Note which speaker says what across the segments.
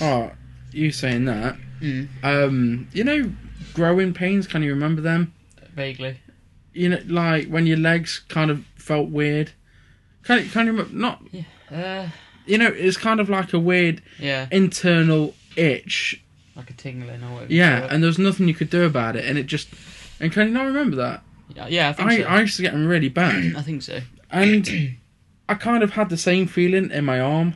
Speaker 1: Oh, you saying that?
Speaker 2: Mm.
Speaker 1: Um, you know, growing pains. Can you remember them?
Speaker 2: Vaguely.
Speaker 1: You know, like when your legs kind of felt weird. Can you, can you remember? Not.
Speaker 2: Uh,
Speaker 1: You know, it's kind of like a weird
Speaker 2: yeah,
Speaker 1: internal itch.
Speaker 2: like a tingling or whatever. you
Speaker 1: Yeah,
Speaker 2: call it.
Speaker 1: and there's nothing you could do about it, and it just. And can you not remember that?
Speaker 2: yeah, yeah, I think
Speaker 1: I,
Speaker 2: so.
Speaker 1: I used to get them really bad.
Speaker 2: I think so.
Speaker 1: and I kind of had the same feeling in my arm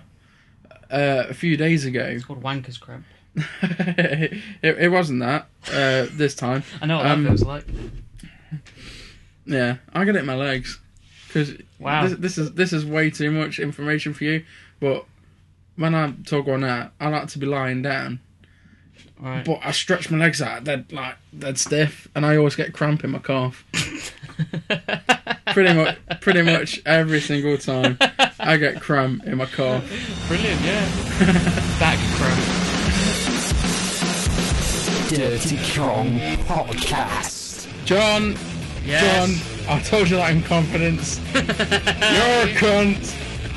Speaker 1: uh, a few days ago.
Speaker 2: It's called wanker's cramp.
Speaker 1: it, it wasn't that uh, this time.
Speaker 2: I know what
Speaker 1: Um,
Speaker 2: that feels like.
Speaker 1: Yeah, I get it in my legs because
Speaker 2: Wow.
Speaker 1: this, this is this is way too much information for you. But when I talk on that, I like to be lying down.
Speaker 2: Right.
Speaker 1: But I stretch my legs out; they're like they're stiff, and I always get cramp in my calf. Pretty much, pretty much every single time I get cramp in my calf.
Speaker 2: Brilliant, yeah. Back cramp.
Speaker 3: Dirty Kong Podcast.
Speaker 1: John,
Speaker 2: Yes.
Speaker 1: John, I told you that in confidence. You're a cunt.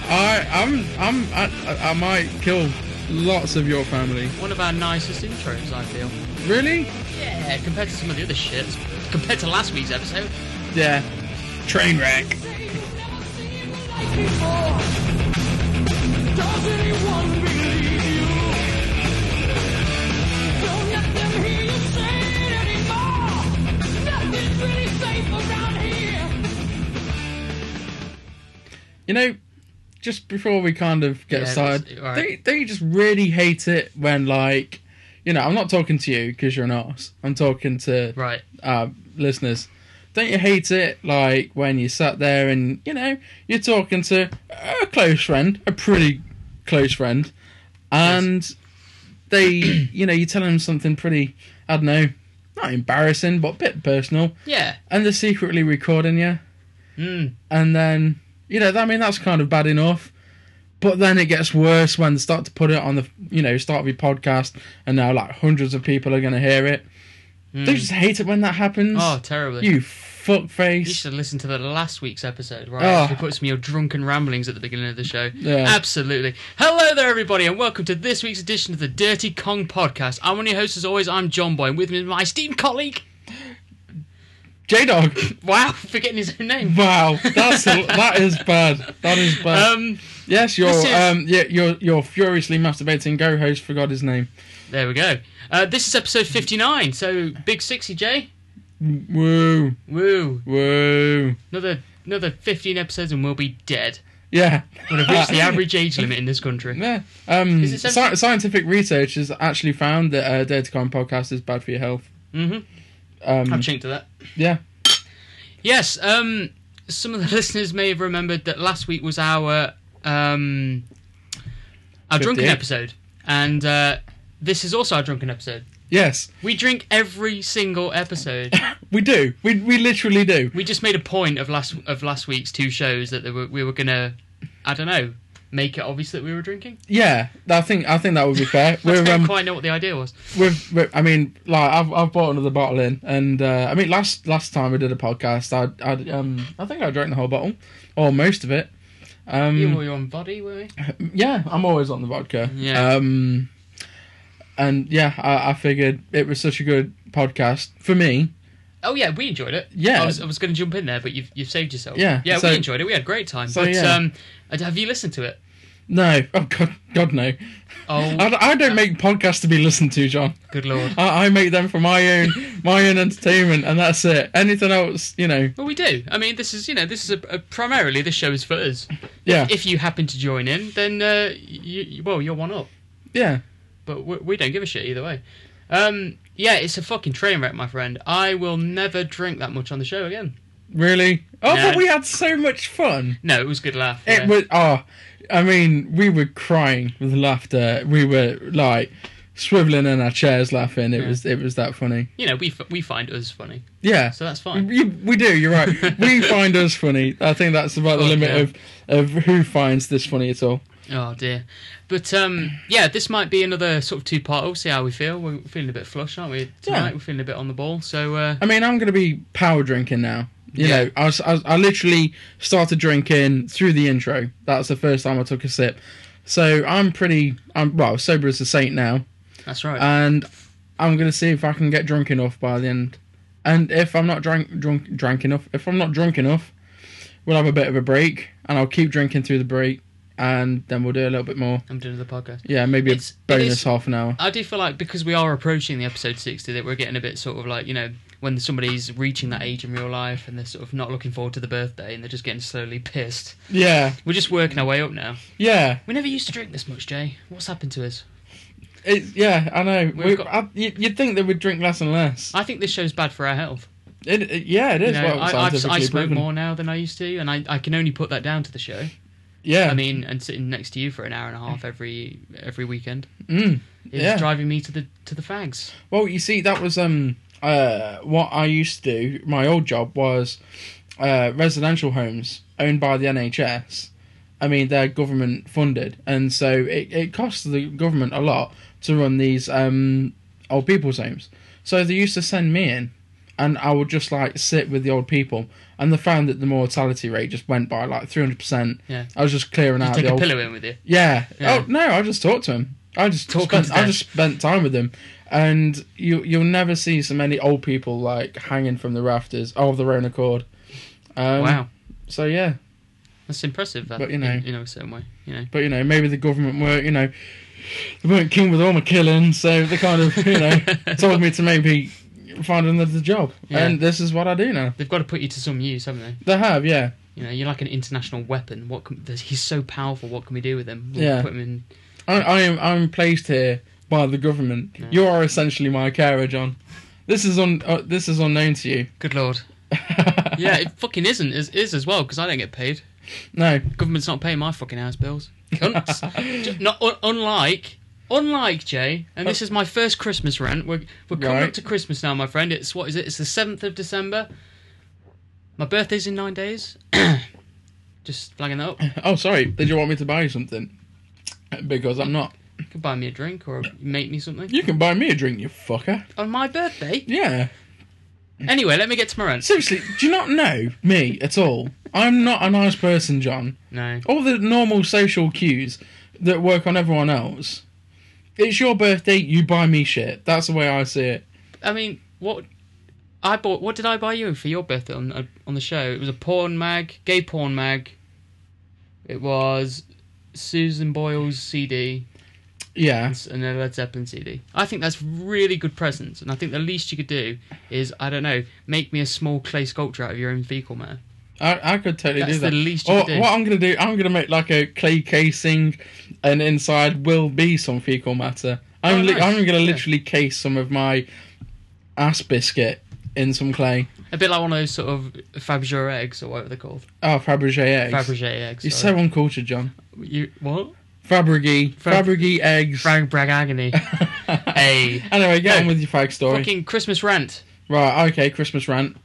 Speaker 1: I, I'm, I'm, I, I might kill lots of your family.
Speaker 2: One of our nicest intros, I feel.
Speaker 1: Really?
Speaker 2: Yeah, compared to some of the other shits. Compared to last week's episode.
Speaker 1: Yeah. Train wreck. You know, just before we kind of get
Speaker 2: Yeah,
Speaker 1: started,
Speaker 2: that's- all right.
Speaker 1: don't, don't you just really hate it when like, you know, I'm not talking to you because you're an arse. I'm talking to
Speaker 2: Right.
Speaker 1: uh, listeners, don't you hate it? Like when you sat there and you know you're talking to a close friend, a pretty close friend, and they, you know, you tell them something pretty, I don't know, not embarrassing but a bit personal,
Speaker 2: Yeah.
Speaker 1: and they're secretly recording you,
Speaker 2: Mm.
Speaker 1: and then you know, I mean, that's kind of bad enough. But then it gets worse when they start to put it on the, you know, start of your podcast, and now like hundreds of people are going to hear it. They
Speaker 2: Mm.
Speaker 1: just hate it when that happens.
Speaker 2: Oh, terribly.
Speaker 1: You fuck
Speaker 2: You
Speaker 1: face.
Speaker 2: should have listened to the last week's episode, right?
Speaker 1: Oh.
Speaker 2: I actually put some of your drunken ramblings at the beginning of the show.
Speaker 1: Yeah.
Speaker 2: Absolutely. Hello there, everybody, and welcome to this week's edition of the Dirty Kong Podcast. I'm one of your hosts, as always. I'm John Boy, and with me is my esteemed colleague.
Speaker 1: J Dog.
Speaker 2: Wow, forgetting his own name.
Speaker 1: Wow, that's that is bad. That is bad.
Speaker 2: Um,
Speaker 1: yes, you're
Speaker 2: this is-
Speaker 1: um, yeah, you're you're furiously masturbating. Go host forgot his name.
Speaker 2: there we go. Uh, this is episode 59, so big 60, Jay.
Speaker 1: Woo,
Speaker 2: Woo.
Speaker 1: woo.
Speaker 2: Another another 15 episodes, and we'll be dead.
Speaker 1: Yeah, Uh,
Speaker 2: We'll have reached the
Speaker 1: Ah.
Speaker 2: average age limit in this country.
Speaker 1: yeah. Um,
Speaker 2: Is it
Speaker 1: sci-
Speaker 2: something-
Speaker 1: scientific research has actually found that uh, Datacom podcast is bad for your health.
Speaker 2: hmm
Speaker 1: Um,
Speaker 2: I've chinked to that.
Speaker 1: yeah,
Speaker 2: Yes, um, some of the listeners may have remembered that last week was our um, our drunken
Speaker 1: 58.
Speaker 2: episode, and uh, this is also our drunken episode.
Speaker 1: yes,
Speaker 2: We drink every single episode.
Speaker 1: we do. We we literally do.
Speaker 2: we just made a point of last of last week's two shows that they were, we were gonna, I don't know, make it obvious that we were drinking.
Speaker 1: Yeah, I think I think that would be fair.
Speaker 2: I
Speaker 1: We're
Speaker 2: don't
Speaker 1: um,
Speaker 2: quite know what the idea was.
Speaker 1: With, with, I mean, like I've I've bought another bottle in, and uh, I mean last last time we did a podcast, I I um I think I drank the whole bottle or most of it. Um,
Speaker 2: You were on body, were we?
Speaker 1: yeah, I'm always on the vodka.
Speaker 2: Yeah.
Speaker 1: Um, and yeah, I, I figured it was such a good podcast for me.
Speaker 2: Oh yeah, we enjoyed it.
Speaker 1: Yeah.
Speaker 2: I was, I was going to jump in there, but you've you've saved yourself.
Speaker 1: Yeah,
Speaker 2: yeah,
Speaker 1: so-
Speaker 2: we enjoyed it. We had a great time.
Speaker 1: So,
Speaker 2: but
Speaker 1: yeah.
Speaker 2: um, have you listened to it?
Speaker 1: No, oh God, God no.
Speaker 2: Oh,
Speaker 1: I, I don't make podcasts to be listened to, John.
Speaker 2: good lord.
Speaker 1: I, I make them for my own my own entertainment, and that's it. Anything else, you know,
Speaker 2: Well, we do. I mean, this is you know, this is a, a, primarily this show is for us.
Speaker 1: yeah,
Speaker 2: If you happen to join in, then uh, you, you- well, you're one up.
Speaker 1: yeah,
Speaker 2: But we, we don't give a shit either way. Um, yeah, it's a fucking train wreck, my friend. I will never drink that much on the show again.
Speaker 1: really. Oh,
Speaker 2: No.
Speaker 1: but we had so much fun.
Speaker 2: No, it was a good laugh.
Speaker 1: It
Speaker 2: yeah.
Speaker 1: was oh, I mean, we were crying with laughter. We were like swiveling in our chairs laughing. It
Speaker 2: Yeah.
Speaker 1: was it was that funny.
Speaker 2: You know, we f- we find us funny,
Speaker 1: Yeah,
Speaker 2: so that's fine.
Speaker 1: we, we do. You're right. we find us funny. I think that's about the
Speaker 2: Fuck
Speaker 1: limit
Speaker 2: yeah.
Speaker 1: of of who finds this funny at all.
Speaker 2: Oh dear. But um, yeah, this might be another sort of two part. We'll see how we feel. We're feeling a bit flush, aren't we? Tonight
Speaker 1: Yeah.
Speaker 2: we're feeling a bit on the ball. So uh,
Speaker 1: I mean, I'm gonna be power drinking now. You
Speaker 2: Yeah.
Speaker 1: know, I, was, I was- I literally started drinking through the intro. That's the first time I took a sip. So I'm pretty. I'm well sober as a saint now,
Speaker 2: That's right.
Speaker 1: and I'm gonna see if I can get drunk enough by the end. And if I'm not drunk, drunk, drunk enough, if I'm not drunk enough, we'll have a bit of a break, and I'll keep drinking through the break, and then we'll do a little bit more.
Speaker 2: I'm doing the podcast.
Speaker 1: Yeah, maybe
Speaker 2: It's-
Speaker 1: a
Speaker 2: it
Speaker 1: bonus
Speaker 2: is-
Speaker 1: half an hour.
Speaker 2: I do feel like because we are approaching the episode 60 that we're getting a bit sort of like, you know, when somebody's reaching that age in real life and they're sort of not looking forward to the birthday and they're just getting slowly pissed.
Speaker 1: Yeah,
Speaker 2: We're just working our way up now.
Speaker 1: yeah,
Speaker 2: We never used to drink this much, Jay. What's happened to us?
Speaker 1: it's, yeah. I know.
Speaker 2: We've
Speaker 1: We,
Speaker 2: got-
Speaker 1: I, you, you'd think they would drink less and less.
Speaker 2: I think this show's bad for our health.
Speaker 1: It, it- yeah, it
Speaker 2: You
Speaker 1: is.
Speaker 2: know,
Speaker 1: well,
Speaker 2: I, I've, I
Speaker 1: scientifically
Speaker 2: smoke
Speaker 1: proven.
Speaker 2: more now than I used to, and I, I can only put that down to the show.
Speaker 1: Yeah,
Speaker 2: I mean, and sitting next to you for an hour and a half every every weekend
Speaker 1: mm,
Speaker 2: is
Speaker 1: yeah.
Speaker 2: driving me to the to the fags.
Speaker 1: Well, you see, that was um uh what I used to do. My old job was uh residential homes owned by the NHS. I mean, they're government funded, and so it it costs the government a lot to run these um old people's homes. So they used to send me in, and I would just like sit with the old people, and they found that the mortality rate just went by like three hundred percent.
Speaker 2: Yeah.
Speaker 1: I was just clearing
Speaker 2: You
Speaker 1: out
Speaker 2: take
Speaker 1: the
Speaker 2: a
Speaker 1: old
Speaker 2: pillow in with you.
Speaker 1: yeah.
Speaker 2: Yeah.
Speaker 1: Oh no, I just talked to him. I just
Speaker 2: Talk
Speaker 1: spent,
Speaker 2: instead.
Speaker 1: I just spent time with him, and you you'll never see so many old people like hanging from the rafters of their own accord. Um,
Speaker 2: wow,
Speaker 1: So yeah,
Speaker 2: that's impressive. That,
Speaker 1: but, you know.
Speaker 2: in, in a certain way, you know.
Speaker 1: but you know maybe the government were you know they weren't keen with all my killing, so they kind of you know told me to maybe find another job,
Speaker 2: Yeah.
Speaker 1: and this is what I do now.
Speaker 2: They've got to put you to some use, haven't they?
Speaker 1: They have, yeah,
Speaker 2: You know, you're like an international weapon. What can, there's- he's so powerful. What can we do with him? We'll
Speaker 1: Yeah.
Speaker 2: Put him in.
Speaker 1: I, I am I'm placed here by the government.
Speaker 2: Yeah.
Speaker 1: You are essentially my carer, John. This is un, uh, this is unknown to you.
Speaker 2: Good lord. Yeah, it fucking isn't. Is is as well because I don't get paid.
Speaker 1: No.
Speaker 2: Government's not paying my fucking house bills. Cunts. Ju- not un- unlike, unlike Jay. And this is my first Christmas rant. We're we're coming up
Speaker 1: Right.
Speaker 2: to Christmas now, my friend. It's what is it? It's the seventh of December. My birthday's in nine days. Just flagging that up.
Speaker 1: Oh, sorry. Did you want me to buy you something? Because I'm not.
Speaker 2: You could buy me a drink or make me something
Speaker 1: You can buy me a drink, you fucker.
Speaker 2: on my birthday.
Speaker 1: Yeah.
Speaker 2: Anyway, let me get to my rant.
Speaker 1: Seriously, do you not know me at all? I'm not a nice person, John.
Speaker 2: No.
Speaker 1: All the normal social cues that work on everyone else. It's your birthday, you buy me shit. That's the way I see it.
Speaker 2: I mean, what I bought? What did I buy you for your birthday on uh, on the show? It was a porn mag, gay porn mag. It was Susan Boyle's CD
Speaker 1: Yeah.
Speaker 2: and a Led Zeppelin CD. I think that's really good presents, and I think the least you could do is I don't know, make me a small clay sculpture out of your own fecal matter.
Speaker 1: I, I could totally
Speaker 2: That's
Speaker 1: do that.
Speaker 2: the least you
Speaker 1: or,
Speaker 2: could do.
Speaker 1: Oh, What I'm going to do, I'm going to make like a clay casing, and inside will be some fecal matter. I'm,
Speaker 2: Oh,
Speaker 1: li-
Speaker 2: nice.
Speaker 1: I'm going to
Speaker 2: Yeah.
Speaker 1: literally case some of my ass biscuit in some clay.
Speaker 2: A bit like one of those sort of Fabergé eggs or whatever they're called.
Speaker 1: Oh, Fabergé eggs.
Speaker 2: Fabergé eggs.
Speaker 1: You're
Speaker 2: sorry.
Speaker 1: so uncultured, John.
Speaker 2: you what?
Speaker 1: Fabergé,
Speaker 2: Fab-
Speaker 1: Fabergé eggs.
Speaker 2: Frank Bragg agony. hey,
Speaker 1: anyway, get
Speaker 2: No.
Speaker 1: on with your fag story.
Speaker 2: fucking Christmas rant.
Speaker 1: Right, okay, Christmas rant.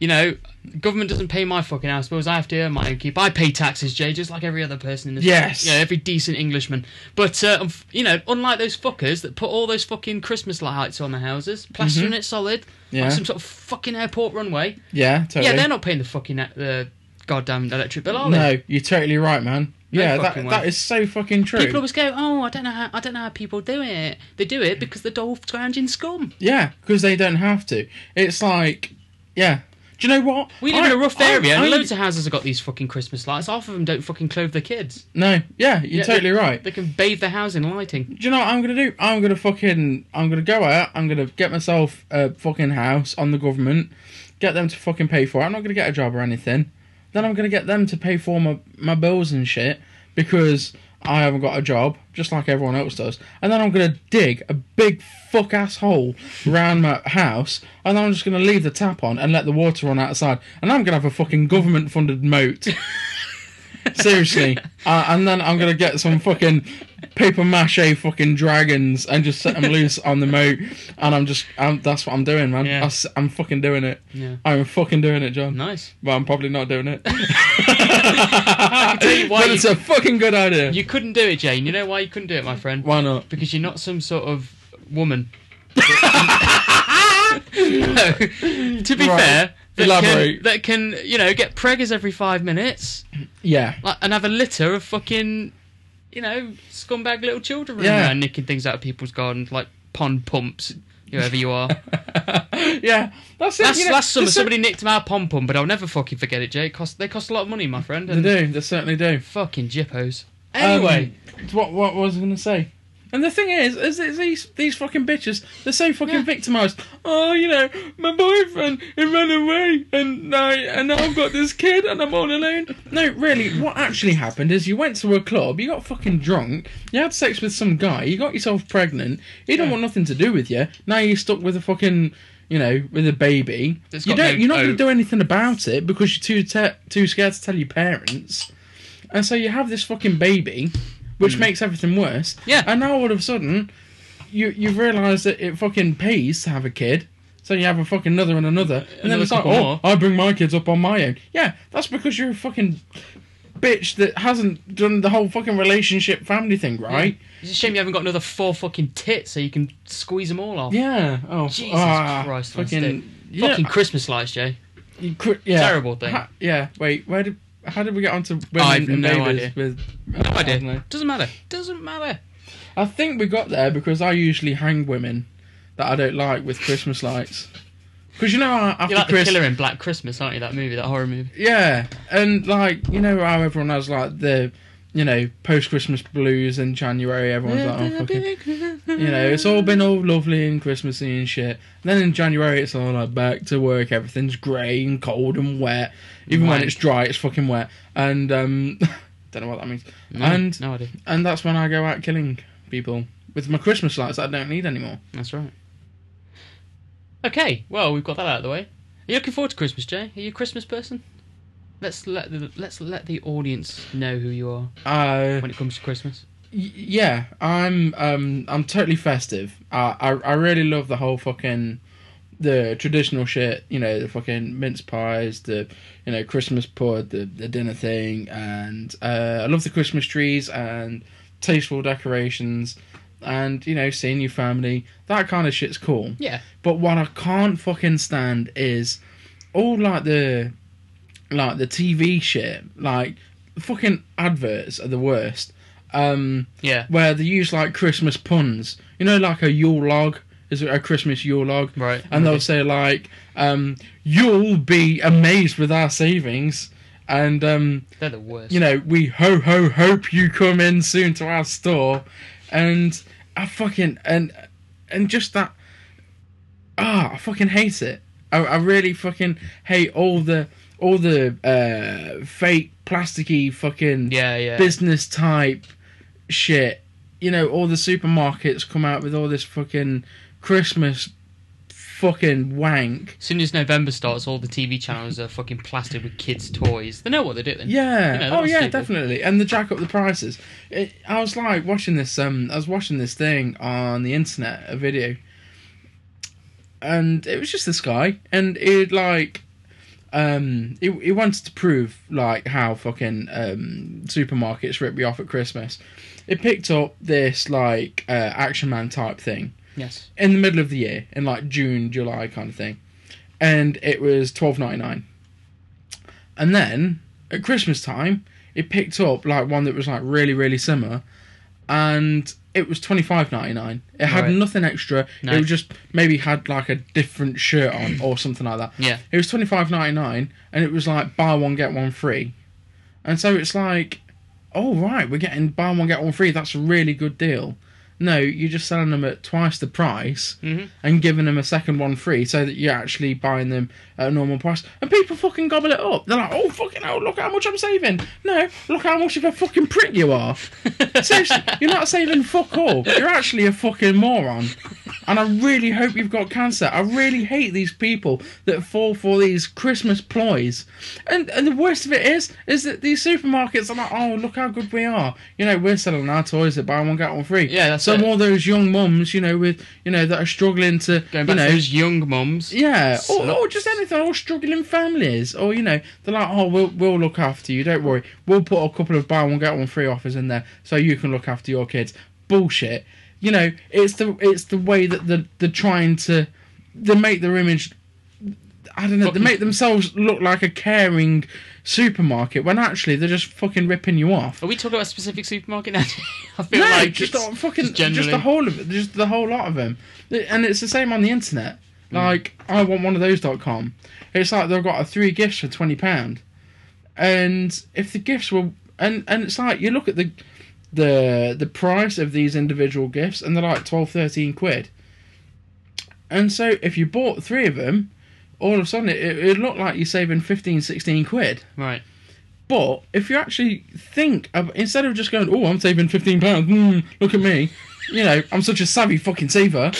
Speaker 2: you know, government doesn't pay my fucking house bills. I have to earn my own keep. I pay taxes, Jay, just like every other person in this.
Speaker 1: Yes.
Speaker 2: Yeah, every decent Englishman. But uh, unf- you know, unlike those fuckers that put all those fucking Christmas lights on their houses, plastering it solid,
Speaker 1: Mm-hmm. Yeah.
Speaker 2: like some sort of fucking airport runway.
Speaker 1: Yeah, totally.
Speaker 2: Yeah, they're not paying the fucking uh, the goddamn electric bill, are they?
Speaker 1: No, you're totally right, man.
Speaker 2: No
Speaker 1: yeah, that,
Speaker 2: fucking way.
Speaker 1: that is so fucking true.
Speaker 2: People always go, "Oh, I don't know how I don't know how people do it. They do it because the dole scrounging scum."
Speaker 1: Yeah, because they don't have to. It's like, yeah. Do you know what?
Speaker 2: We live in a
Speaker 1: I-
Speaker 2: rough
Speaker 1: I-
Speaker 2: area, and
Speaker 1: I-
Speaker 2: loads of houses have got these fucking Christmas lights. Half of them don't fucking clothe their kids.
Speaker 1: No, yeah, you're
Speaker 2: Yeah,
Speaker 1: totally
Speaker 2: they-
Speaker 1: right.
Speaker 2: They can bathe their house in lighting.
Speaker 1: do you know what I'm gonna do? I'm gonna fucking I'm gonna go out. I'm gonna get myself a fucking house on the government, get them to fucking pay for it. I'm not gonna get a job or anything. Then I'm gonna get them to pay for my my bills and shit because I haven't got a job, just like everyone else does. And then I'm gonna dig a big fuck ass hole round my house, and then I'm just gonna leave the tap on and let the water run outside, and I'm gonna have a fucking government funded moat. Seriously. Uh, and then I'm going to get some fucking paper mache fucking dragons and just set them loose on the moat. And I'm just, I'm, that's what I'm doing, man.
Speaker 2: Yeah.
Speaker 1: I s- I'm fucking doing it.
Speaker 2: Yeah.
Speaker 1: I'm fucking doing it, John.
Speaker 2: Nice.
Speaker 1: But I'm probably not doing it.
Speaker 2: tell you why
Speaker 1: but
Speaker 2: you-
Speaker 1: it's a fucking good idea.
Speaker 2: You couldn't do it, Jane. You know why you couldn't do it, my friend?
Speaker 1: why not?
Speaker 2: Because you're not some sort of woman. no. To be
Speaker 1: Right.
Speaker 2: fair, that
Speaker 1: Elaborate.
Speaker 2: can, that can, you know, get preggers every five minutes
Speaker 1: Yeah.
Speaker 2: like, and have a litter of fucking. you know, scumbag little children running
Speaker 1: Yeah.
Speaker 2: around nicking things out of people's gardens, like pond pumps, whoever you are.
Speaker 1: yeah, that's it.
Speaker 2: last,
Speaker 1: you know,
Speaker 2: last summer,
Speaker 1: there's
Speaker 2: somebody nicked my pom pom, but I'll never fucking forget it, Jake. Cost, they cost a lot of money, my friend.
Speaker 1: cer-
Speaker 2: And
Speaker 1: They do. They certainly do.
Speaker 2: Fucking jippos.
Speaker 1: Um,
Speaker 2: Anyway,
Speaker 1: what what was I going to say? And the thing is, is that these these fucking bitches, they're so fucking
Speaker 2: Yeah.
Speaker 1: victimised. Oh, you know, my boyfriend he ran away, and now and now I've got this kid, and I'm all alone. No, really, what actually happened is you went to a club, you got fucking drunk, you had sex with some guy, you got yourself pregnant. He don't
Speaker 2: Yeah.
Speaker 1: want nothing to do with you. Now you're stuck with a fucking, you know, with a baby.
Speaker 2: That's
Speaker 1: you
Speaker 2: got
Speaker 1: don't.
Speaker 2: no
Speaker 1: you're not going to
Speaker 2: hope.
Speaker 1: do anything about it because you're too te- too scared to tell your parents. And so you have this fucking baby, which makes everything worse.
Speaker 2: Yeah.
Speaker 1: And now all of a sudden, you you realise that it fucking pays to have a kid. So you have a fucking another and another, and then
Speaker 2: Another
Speaker 1: it's like,
Speaker 2: couple
Speaker 1: oh,
Speaker 2: more.
Speaker 1: I bring my kids up on my own. Yeah, that's because you're a fucking bitch that hasn't done the whole fucking relationship family thing right.
Speaker 2: it's a shame you haven't got another four fucking tits so you can squeeze them all off.
Speaker 1: Yeah. Oh.
Speaker 2: Jesus
Speaker 1: ah,
Speaker 2: Christ, that's it.
Speaker 1: Fucking. Yeah.
Speaker 2: Fucking Christmas lights, Jay.
Speaker 1: you cou- yeah.
Speaker 2: terrible thing.
Speaker 1: Ha- yeah. Wait. Where did? How did we get onto women
Speaker 2: I've
Speaker 1: and
Speaker 2: no
Speaker 1: babies
Speaker 2: idea.
Speaker 1: with?
Speaker 2: No
Speaker 1: I
Speaker 2: idea.
Speaker 1: don't know.
Speaker 2: Doesn't matter. Doesn't matter.
Speaker 1: I think we got there because I usually hang women that I don't like with Christmas lights. Because you know, how after
Speaker 2: You're like
Speaker 1: Chris,
Speaker 2: the killer in Black Christmas, aren't you? That movie, that horror movie.
Speaker 1: yeah, and like you know how everyone has like the, you know, post Christmas blues in January. Everyone's like, oh fucking, you know, it's all been all lovely and Christmassy and shit. then in January, it's all like back to work. Everything's grey and cold and wet. Even when
Speaker 2: Wank.
Speaker 1: it's dry, it's fucking wet. And um, don't know what that means.
Speaker 2: No,
Speaker 1: and
Speaker 2: no idea.
Speaker 1: and that's when I go out killing people with my Christmas lights that I don't need anymore.
Speaker 2: That's right. Okay, well we've got that out of the way. Are you looking forward to Christmas, Jay? Are you a Christmas person? Let's let the let's let the audience know who you are
Speaker 1: Uh,
Speaker 2: when it comes to Christmas.
Speaker 1: y- yeah, I'm um I'm totally festive. I, I I really love the whole fucking the traditional shit. You know, the fucking mince pies, the you know Christmas pud, the the dinner thing, and uh, I love the Christmas trees and tasteful decorations. And you know, seeing your family, that kind of shit's cool.
Speaker 2: Yeah.
Speaker 1: But what I can't fucking stand is all like the like the TV shit, like fucking adverts are the worst. Um,
Speaker 2: Yeah.
Speaker 1: where they use like Christmas puns, you know, like a Yule log is it a Christmas Yule log,
Speaker 2: Right.
Speaker 1: And they'll say like, um, "You'll be amazed with our savings," and um,
Speaker 2: They're the worst.
Speaker 1: you know, we ho ho hope you come in soon to our store, and I fucking and and just that. Ah, I fucking hate it. I, I really fucking hate all the all the uh fake plasticky fucking
Speaker 2: yeah, yeah.
Speaker 1: business type shit. You know, all the supermarkets come out with all this fucking Christmas fucking wank.
Speaker 2: as soon as November starts, all the TV channels are fucking plastered with kids' toys. They know what they're doing.
Speaker 1: Yeah.
Speaker 2: You know,
Speaker 1: oh
Speaker 2: that's
Speaker 1: yeah,
Speaker 2: stupid.
Speaker 1: definitely. And the jack up the prices. It, I was like watching this. Um, I was watching this thing on the internet, a video, and it was just this guy, and it like. Um, he he wanted to prove like how fucking um supermarkets rip you off at Christmas. It picked up this like uh, action man type thing,
Speaker 2: Yes.
Speaker 1: in the middle of the year, in like June, July kind of thing, and it was twelve ninety nine. And then at Christmas time, it picked up like one that was like really really similar, and it was twenty five ninety nine. It had
Speaker 2: Right.
Speaker 1: nothing extra.
Speaker 2: No.
Speaker 1: It just maybe had like a different shirt on or something like that.
Speaker 2: Yeah.
Speaker 1: It was twenty five ninety nine, and it was like buy one get one free, and so it's like, oh right, we're getting buy one get one free. That's a really good deal. No, you're just selling them at twice the price
Speaker 2: Mhm.
Speaker 1: and giving them a second one free, so that you're actually buying them at a normal price. And people fucking gobble it up. They're like, oh fucking hell, look how much I'm saving. No, look how much of a fucking prick you are. Seriously, you're not saving fuck all. You're actually a fucking moron. And I really hope you've got cancer. I really hate these people that fall for these Christmas ploys. And and the worst of it is, is that these supermarkets are like, oh, look how good we are. You know, we're selling our toys that buy one get one free.
Speaker 2: Yeah, that's
Speaker 1: so
Speaker 2: it.
Speaker 1: all those young mums, you know, with you know that are struggling to,
Speaker 2: Going
Speaker 1: you
Speaker 2: back
Speaker 1: know,
Speaker 2: to those young mums.
Speaker 1: yeah, or,
Speaker 2: Slut.
Speaker 1: or just anything, or struggling families, or you know, they're like, oh, we'll we'll look after you. Don't worry, we'll put a couple of buy one get one free offers in there so you can look after your kids. Bullshit. You know, it's the it's the way that the they're trying to they make their image I don't know. They
Speaker 2: Fucking-
Speaker 1: make themselves look like a caring supermarket when actually they're just fucking ripping you off.
Speaker 2: Are we talking about a specific supermarket now? I feel
Speaker 1: No,
Speaker 2: like
Speaker 1: just
Speaker 2: it's
Speaker 1: the fucking
Speaker 2: just
Speaker 1: just,
Speaker 2: generally.
Speaker 1: the whole of it, just the whole lot of them, and it's the same on the internet.
Speaker 2: Mm.
Speaker 1: Like I want one of those dot com. It's like they've got a three gifts for twenty pound, and if the gifts were and and it's like you look at the the the price of these individual gifts and they're like 12, 13 quid. And so if you bought three of them, all of a sudden it, it looked like you're saving 15, 16 quid.
Speaker 2: Right.
Speaker 1: But if you actually think of instead of just going, "Oh, I'm saving fifteen pounds," mm, look at me, you know, I'm such a savvy fucking saver.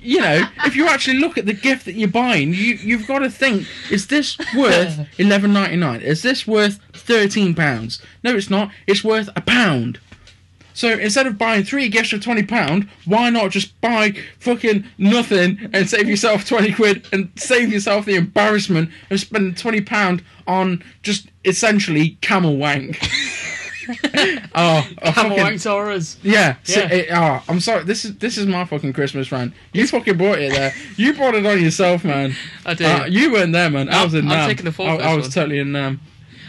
Speaker 1: You know, if you actually look at the gift that you're buying, you you've got to think: Is this worth eleven ninety nine? Is this worth thirteen pounds? No, it's not. It's worth a pound. So instead of buying three gifts for twenty pound, why not just buy fucking nothing and save yourself twenty quid and save yourself the embarrassment of spending twenty pound on just essentially camel wank. oh, I
Speaker 2: Camel
Speaker 1: fucking-
Speaker 2: wank Taurus.
Speaker 1: Yeah, so
Speaker 2: Yeah.
Speaker 1: it- oh, I'm sorry. This is this is my fucking Christmas rant. You fucking brought it there. You brought it on yourself, man.
Speaker 2: I do.
Speaker 1: Uh, you weren't there, man. I
Speaker 2: I'm-
Speaker 1: was in.
Speaker 2: I'm
Speaker 1: Nam.
Speaker 2: taking the fall
Speaker 1: I,
Speaker 2: for
Speaker 1: I
Speaker 2: this
Speaker 1: was
Speaker 2: one.
Speaker 1: totally in. Um,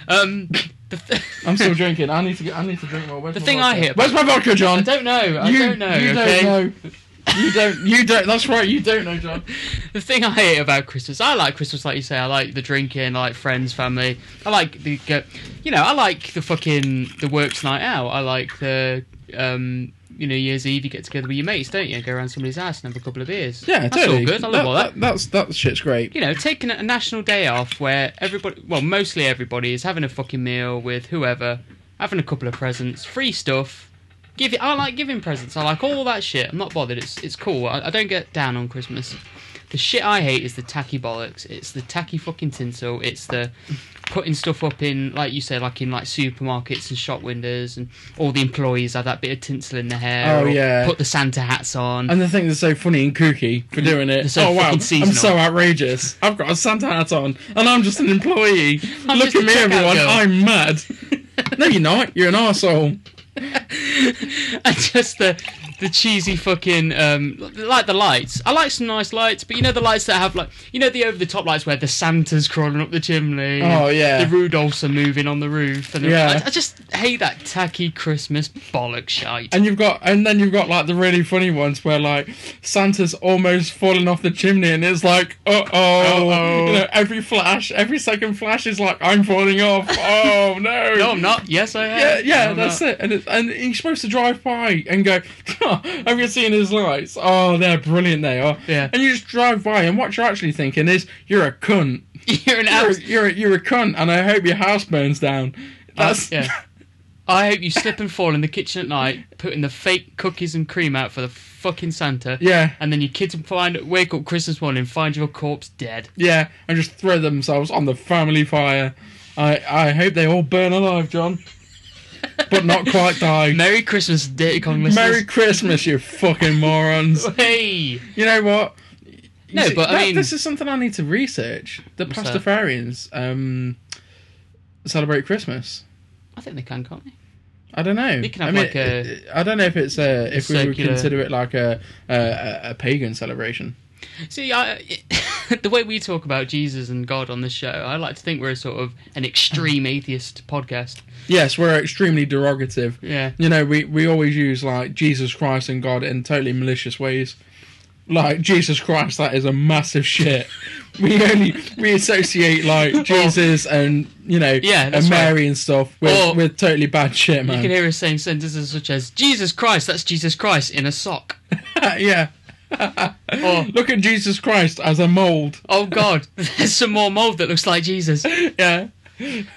Speaker 2: Um, the, th-
Speaker 1: I'm still drinking. I need to get. I need to drink more. Where's
Speaker 2: The
Speaker 1: my
Speaker 2: thing I
Speaker 1: vodka?
Speaker 2: hear-
Speaker 1: Where's my vodka, John?
Speaker 2: I don't know. I don't know.
Speaker 1: You
Speaker 2: okay?
Speaker 1: don't know. You don't. You don't. That's right. You don't know, John.
Speaker 2: The thing I hate about Christmas, I like Christmas, like you say. I like the drinking. I like friends, family. I like the, go- you know, I like the fucking the works night out. I like the, um, you know, Year's Eve. You get together with your mates, don't you? Go around somebody's house and have a couple of beers.
Speaker 1: Yeah,
Speaker 2: that's
Speaker 1: totally.
Speaker 2: all good. I love
Speaker 1: that,
Speaker 2: all that.
Speaker 1: that- That's that shit's great.
Speaker 2: You know, taking a national day off where everybody, well, mostly everybody is having a fucking meal with whoever, having a couple of presents, free stuff. Give I like giving presents. I like all that shit. I'm not bothered. It's it's cool. I, I don't get down on Christmas. The shit I hate is the tacky bollocks. It's the tacky fucking tinsel. It's the putting stuff up in, like you say, like in like supermarkets and shop windows, and all the employees have that bit of tinsel in their hair.
Speaker 1: Oh,
Speaker 2: or
Speaker 1: yeah.
Speaker 2: Put the Santa hats on.
Speaker 1: And the thing that's so funny and kooky for doing it.
Speaker 2: It's so
Speaker 1: oh wow!
Speaker 2: fucking
Speaker 1: I'm so
Speaker 2: seasonal.
Speaker 1: outrageous. I've got a Santa hat on, and I'm just an employee.
Speaker 2: I'm
Speaker 1: Look
Speaker 2: just
Speaker 1: at
Speaker 2: a
Speaker 1: me,
Speaker 2: checkout
Speaker 1: everyone.
Speaker 2: girl.
Speaker 1: I'm mad. no, you're not. You're an arsehole.
Speaker 2: and just the the cheesy fucking um like the lights. I like some nice lights, but you know the lights that have like you know the over the top lights where the Santa's crawling up the chimney.
Speaker 1: Oh, yeah.
Speaker 2: The Rudolphs are moving on the roof. And
Speaker 1: Yeah.
Speaker 2: I, I just hate that tacky Christmas bollock shite.
Speaker 1: And you've got, and then you've got like the really funny ones where like Santa's almost falling off the chimney, and it's like, uh oh,
Speaker 2: Uh-oh.
Speaker 1: you know, every flash, every second flash is like, I'm falling off. Oh no,
Speaker 2: no, I'm not. Yes, I am.
Speaker 1: Yeah, yeah,
Speaker 2: No, I'm
Speaker 1: that's
Speaker 2: not.
Speaker 1: it. And it's, and he's supposed to drive by and go, "Have you seen his lights? Oh, they're brilliant. They are.
Speaker 2: Yeah.
Speaker 1: And you just drive by, and what you're actually thinking is, you're a cunt.
Speaker 2: You're an
Speaker 1: You're,
Speaker 2: ass.
Speaker 1: a- you're, a- you're a cunt, and I hope your house burns down. That's
Speaker 2: Uh, yeah. I hope you slip and fall in the kitchen at night, putting the fake cookies and cream out for the fucking Santa.
Speaker 1: yeah.
Speaker 2: And then your kids find wake up Christmas morning, and find your corpse dead.
Speaker 1: Yeah, and just throw themselves on the family fire. I, I hope they all burn alive, John. But not quite die.
Speaker 2: Merry Christmas, Dirty Kong listeners.
Speaker 1: Merry Christmas, you fucking morons.
Speaker 2: Hey!
Speaker 1: You know what? You
Speaker 2: No, but I mean-
Speaker 1: This is something I need to research. The
Speaker 2: What's that?
Speaker 1: Pastafarians um, celebrate Christmas.
Speaker 2: I think they can, can't they?
Speaker 1: I don't know.
Speaker 2: They can have
Speaker 1: I mean,
Speaker 2: like a-
Speaker 1: I don't know if it's a, if we would
Speaker 2: circular-
Speaker 1: consider it like a a, a a pagan celebration.
Speaker 2: See, I, the way we talk about Jesus and God on this show, I like to think we're a sort of an extreme atheist podcast.
Speaker 1: Yes, we're extremely derogative.
Speaker 2: Yeah.
Speaker 1: You know, we, we always use like Jesus Christ and God in totally malicious ways. Like Jesus Christ, that is a massive shit. We only we associate like Jesus and you know
Speaker 2: Yeah, that's
Speaker 1: and Mary and stuff with,
Speaker 2: Or-
Speaker 1: with totally bad shit,
Speaker 2: You
Speaker 1: man.
Speaker 2: can hear us saying sentences such as, Jesus Christ, that's Jesus Christ in a sock.
Speaker 1: yeah.
Speaker 2: Or,
Speaker 1: Look at Jesus Christ as a mold.
Speaker 2: oh God, there's some more mould that looks like Jesus. Um,
Speaker 1: Yeah.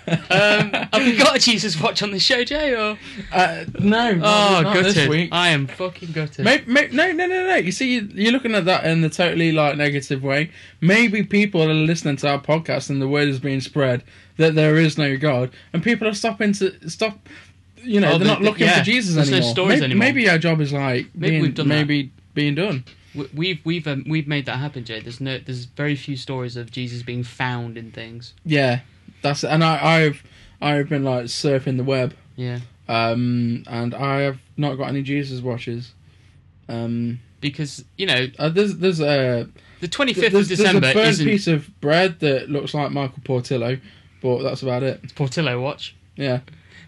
Speaker 2: have we got a Jesus watch on the show, Jay? Or?
Speaker 1: Uh, no.
Speaker 2: Oh,
Speaker 1: not, not
Speaker 2: gutted.
Speaker 1: this week.
Speaker 2: I am fucking gutted.
Speaker 1: Maybe, no, no, no, no. You see, you, you're looking at that in the totally like negative way. Maybe people are listening to our podcast and the word is being spread that there is no God, and people are stopping to stop. You know,
Speaker 2: Oh,
Speaker 1: they're
Speaker 2: the-
Speaker 1: not looking
Speaker 2: yeah.
Speaker 1: for Jesus
Speaker 2: There's no
Speaker 1: anymore.
Speaker 2: stories
Speaker 1: maybe,
Speaker 2: anymore.
Speaker 1: maybe our job is like
Speaker 2: Maybe
Speaker 1: being,
Speaker 2: we've done that.
Speaker 1: maybe being done.
Speaker 2: We- We've we've um, we've made that happen, Jay. There's no there's very few stories of Jesus being found in things.
Speaker 1: Yeah, that's and I, I've I've been like surfing the web,
Speaker 2: Yeah.
Speaker 1: um, and I have not got any Jesus watches. Um,
Speaker 2: because you know
Speaker 1: uh, there's there's a
Speaker 2: the 25th
Speaker 1: there's,
Speaker 2: of
Speaker 1: there's a
Speaker 2: December
Speaker 1: burnt
Speaker 2: isn't
Speaker 1: piece of bread that looks like Michael Portillo, but that's about it.
Speaker 2: Portillo watch.
Speaker 1: Yeah,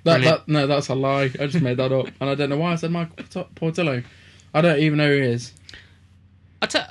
Speaker 1: that,
Speaker 2: Brilliant.
Speaker 1: that no, that's a lie. I just made that up, and I don't know why I said Michael Port- Portillo. I don't even know who he is.
Speaker 2: I tell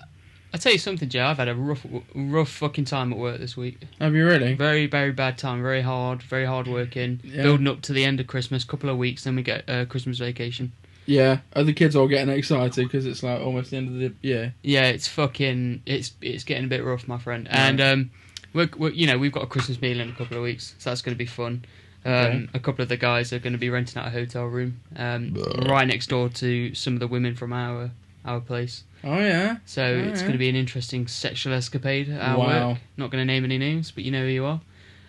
Speaker 2: I tell you something, Joe. I've had a rough rough fucking time at work this week.
Speaker 1: Have you really?
Speaker 2: Very very bad time. Very hard. Very hard working.
Speaker 1: Yeah.
Speaker 2: Building up to the end of Christmas. Couple of weeks, then we get uh, Christmas vacation.
Speaker 1: Yeah, are the kids all getting excited because it's like almost the end of the year?
Speaker 2: Yeah, it's fucking it's it's getting a bit rough, my friend.
Speaker 1: Yeah.
Speaker 2: And um, we're, we're you know we've got a Christmas meal in a couple of weeks, so that's going to be fun. Um,
Speaker 1: Okay.
Speaker 2: A couple of the guys are going to be renting out a hotel room um, right next door to some of the women from our our place.
Speaker 1: Oh yeah,
Speaker 2: So it's
Speaker 1: Alright.
Speaker 2: going to be an interesting sexual escapade. At our
Speaker 1: Wow.
Speaker 2: work. Not going to name any names, but you know who you are.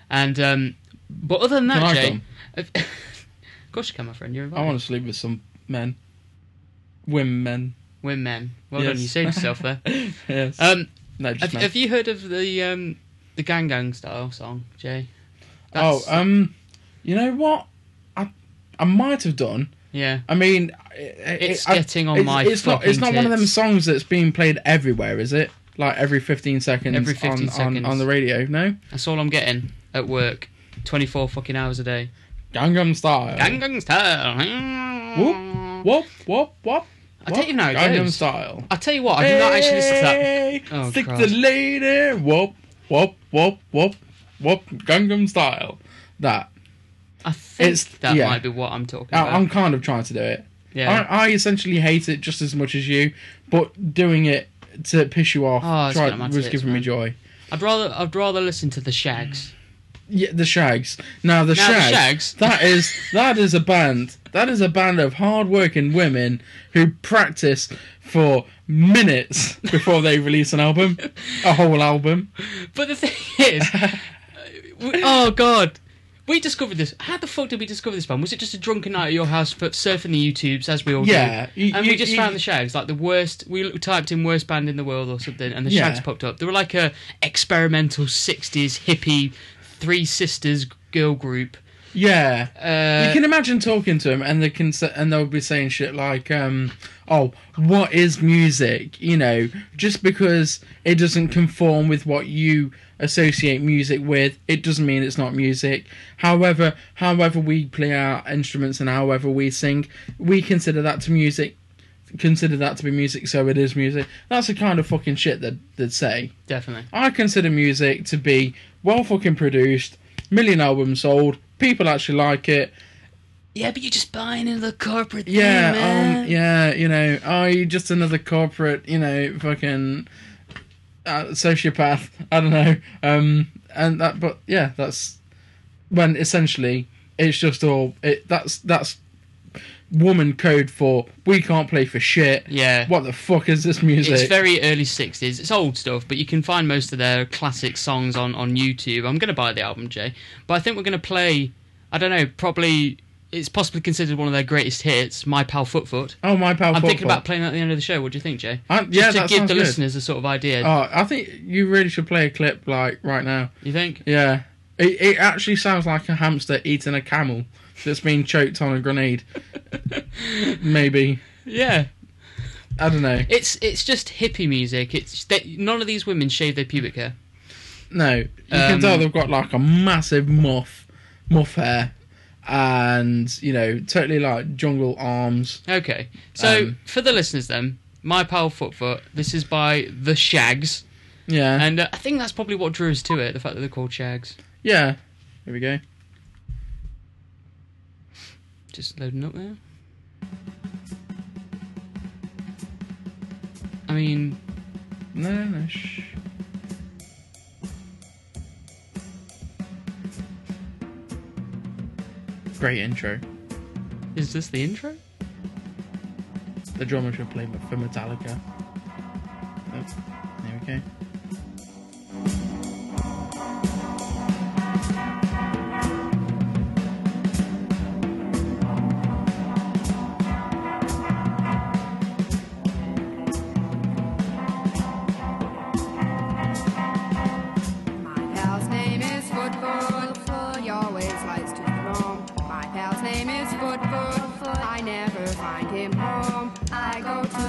Speaker 2: And um, but other than that,
Speaker 1: Can I
Speaker 2: Jay,
Speaker 1: come?
Speaker 2: of course you can, my friend. You're
Speaker 1: I
Speaker 2: invited.
Speaker 1: want to sleep with some men, women.
Speaker 2: We're men. Well
Speaker 1: Yes.
Speaker 2: done. You saved yourself there.
Speaker 1: yes.
Speaker 2: Um,
Speaker 1: no, just
Speaker 2: have,
Speaker 1: men.
Speaker 2: have you heard of the um, the Gang Gang style song, Jay?
Speaker 1: oh, um, you know what? I I might have done.
Speaker 2: yeah.
Speaker 1: I mean, it-
Speaker 2: It's
Speaker 1: it- I-
Speaker 2: getting on
Speaker 1: it's,
Speaker 2: my
Speaker 1: It's not. It's not
Speaker 2: fucking
Speaker 1: one of them
Speaker 2: tits.
Speaker 1: songs that's being played everywhere, is it? Like every fifteen seconds.
Speaker 2: Every
Speaker 1: on,
Speaker 2: 15
Speaker 1: on-
Speaker 2: seconds.
Speaker 1: on, the radio. No,
Speaker 2: That's all I'm getting at work. Twenty four fucking hours a day.
Speaker 1: Gangnam Style.
Speaker 2: Gang Gang style.
Speaker 1: Whoop whoop whoop whoop.
Speaker 2: I don't even know how it
Speaker 1: Gangnam
Speaker 2: goes.
Speaker 1: Style.
Speaker 2: I tell you what, I did not actually listen to that.
Speaker 1: Hey,
Speaker 2: Oh,
Speaker 1: stick the
Speaker 2: Christ.
Speaker 1: lady. Whoop whoop whoop whoop whoop. Gangnam Style. That.
Speaker 2: I think
Speaker 1: It's-
Speaker 2: that
Speaker 1: yeah.
Speaker 2: might be what I'm talking
Speaker 1: I,
Speaker 2: about.
Speaker 1: I'm kind of trying to do it.
Speaker 2: yeah.
Speaker 1: I, I essentially hate it just as much as you, but doing it to piss you off
Speaker 2: Oh, it's
Speaker 1: tried-
Speaker 2: got my
Speaker 1: was
Speaker 2: tits,
Speaker 1: giving me
Speaker 2: man.
Speaker 1: joy.
Speaker 2: I'd rather I'd rather listen to the Shags.
Speaker 1: Yeah, the Shags. Now the
Speaker 2: Now, the
Speaker 1: Shags.
Speaker 2: Shags.
Speaker 1: That is that is a band. That is a band of hard-working women who practice for minutes before they release an album, a whole album.
Speaker 2: But the thing is, we- oh god, we discovered this. How the fuck did we discover this band? Was it just a drunken night at your house, but surfing the YouTubes as we all
Speaker 1: Yeah,
Speaker 2: do?
Speaker 1: you-
Speaker 2: and
Speaker 1: you-
Speaker 2: we just
Speaker 1: you-
Speaker 2: found the Shags, like the worst. We l- typed in worst band in the world or something, and the
Speaker 1: Yeah.
Speaker 2: Shags popped up. They were like a experimental '60s hippie three sisters girl group.
Speaker 1: Yeah. you
Speaker 2: Uh,
Speaker 1: can imagine talking to them, and they can sa- and they'll be saying shit like, um, "Oh, what is music? You know, just because it doesn't conform with what you associate music with, it doesn't mean it's not music. However, however we play our instruments and however we sing, we consider that to music. Consider that to be music, so it is music. That's the kind of fucking shit that they'd say.
Speaker 2: definitely.
Speaker 1: I consider music to be well fucking produced, million albums sold, people actually like it."
Speaker 2: Yeah, but you're just buying into the corporate
Speaker 1: Yeah,
Speaker 2: thing,
Speaker 1: um,
Speaker 2: man.
Speaker 1: yeah, you know, oh, you just another corporate, you know, fucking uh, sociopath. I don't know. Um, and that, but yeah, that's when essentially it's just all it. That's that's woman code for we can't play for shit.
Speaker 2: Yeah.
Speaker 1: What the fuck is this music?
Speaker 2: It's very early 60s. It's old stuff, but you can find most of their classic songs on, on YouTube. I'm going to buy the album, Jay. But I think we're going to play, I don't know, probably, it's possibly considered one of their greatest hits, My Pal Foot Foot.
Speaker 1: oh my pal.
Speaker 2: I'm
Speaker 1: Paul
Speaker 2: thinking
Speaker 1: Paul.
Speaker 2: about playing that at the end of the show. What do you think, Jay?
Speaker 1: Um, yeah,
Speaker 2: Just to
Speaker 1: that
Speaker 2: give
Speaker 1: sounds
Speaker 2: the
Speaker 1: good.
Speaker 2: listeners a sort of idea.
Speaker 1: Oh, I think you really should play a clip like right now.
Speaker 2: you think?
Speaker 1: Yeah. It, it actually sounds like a hamster eating a camel that's been choked on a grenade. Maybe.
Speaker 2: Yeah.
Speaker 1: I don't know.
Speaker 2: It's it's just hippie music. It's they, None of these women shave their pubic hair.
Speaker 1: No. You
Speaker 2: Um,
Speaker 1: can tell they've got like a massive muff, muff hair, and, you know, totally like jungle arms.
Speaker 2: Okay. So,
Speaker 1: Um,
Speaker 2: for the listeners then, My Pal Foot Foot, this is by The Shags.
Speaker 1: Yeah.
Speaker 2: And uh, I think that's probably what drew us to it, the fact that they're called Shags.
Speaker 1: yeah. Here we go.
Speaker 2: Just loading up there. I mean,
Speaker 1: No, no, no. Shh. Great intro.
Speaker 2: is this the intro?
Speaker 1: The drummer should play for Metallica. Oh, there we go.
Speaker 4: My pal's name is Football. Foot, he always likes to roam. My pal's name is Football. Foot, I never find him home. I go to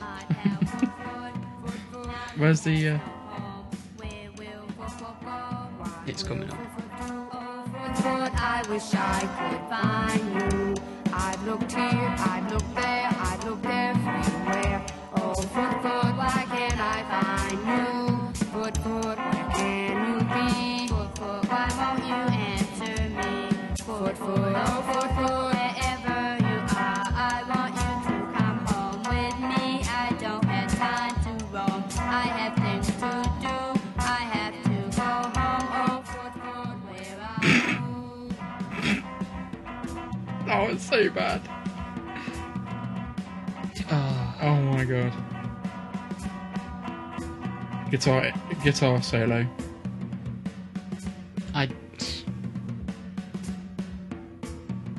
Speaker 1: Oh, Where's the? Uh...
Speaker 2: It's coming up.
Speaker 4: But I wish I could find you. I've looked here, I've looked there, I've looked everywhere. Oh, foot, foot, why can't I find you? Foot, foot, where can you be? Foot, foot, why won't you answer me? Foot, foot, oh, foot, foot, wherever you are, I want you to come home with me. I don't have time to roam. I have things to do. I have to go home. Oh, foot, foot, where are you?
Speaker 1: Oh, it's so bad.
Speaker 2: Oh,
Speaker 1: Oh my god. Guitar, guitar solo.
Speaker 2: I.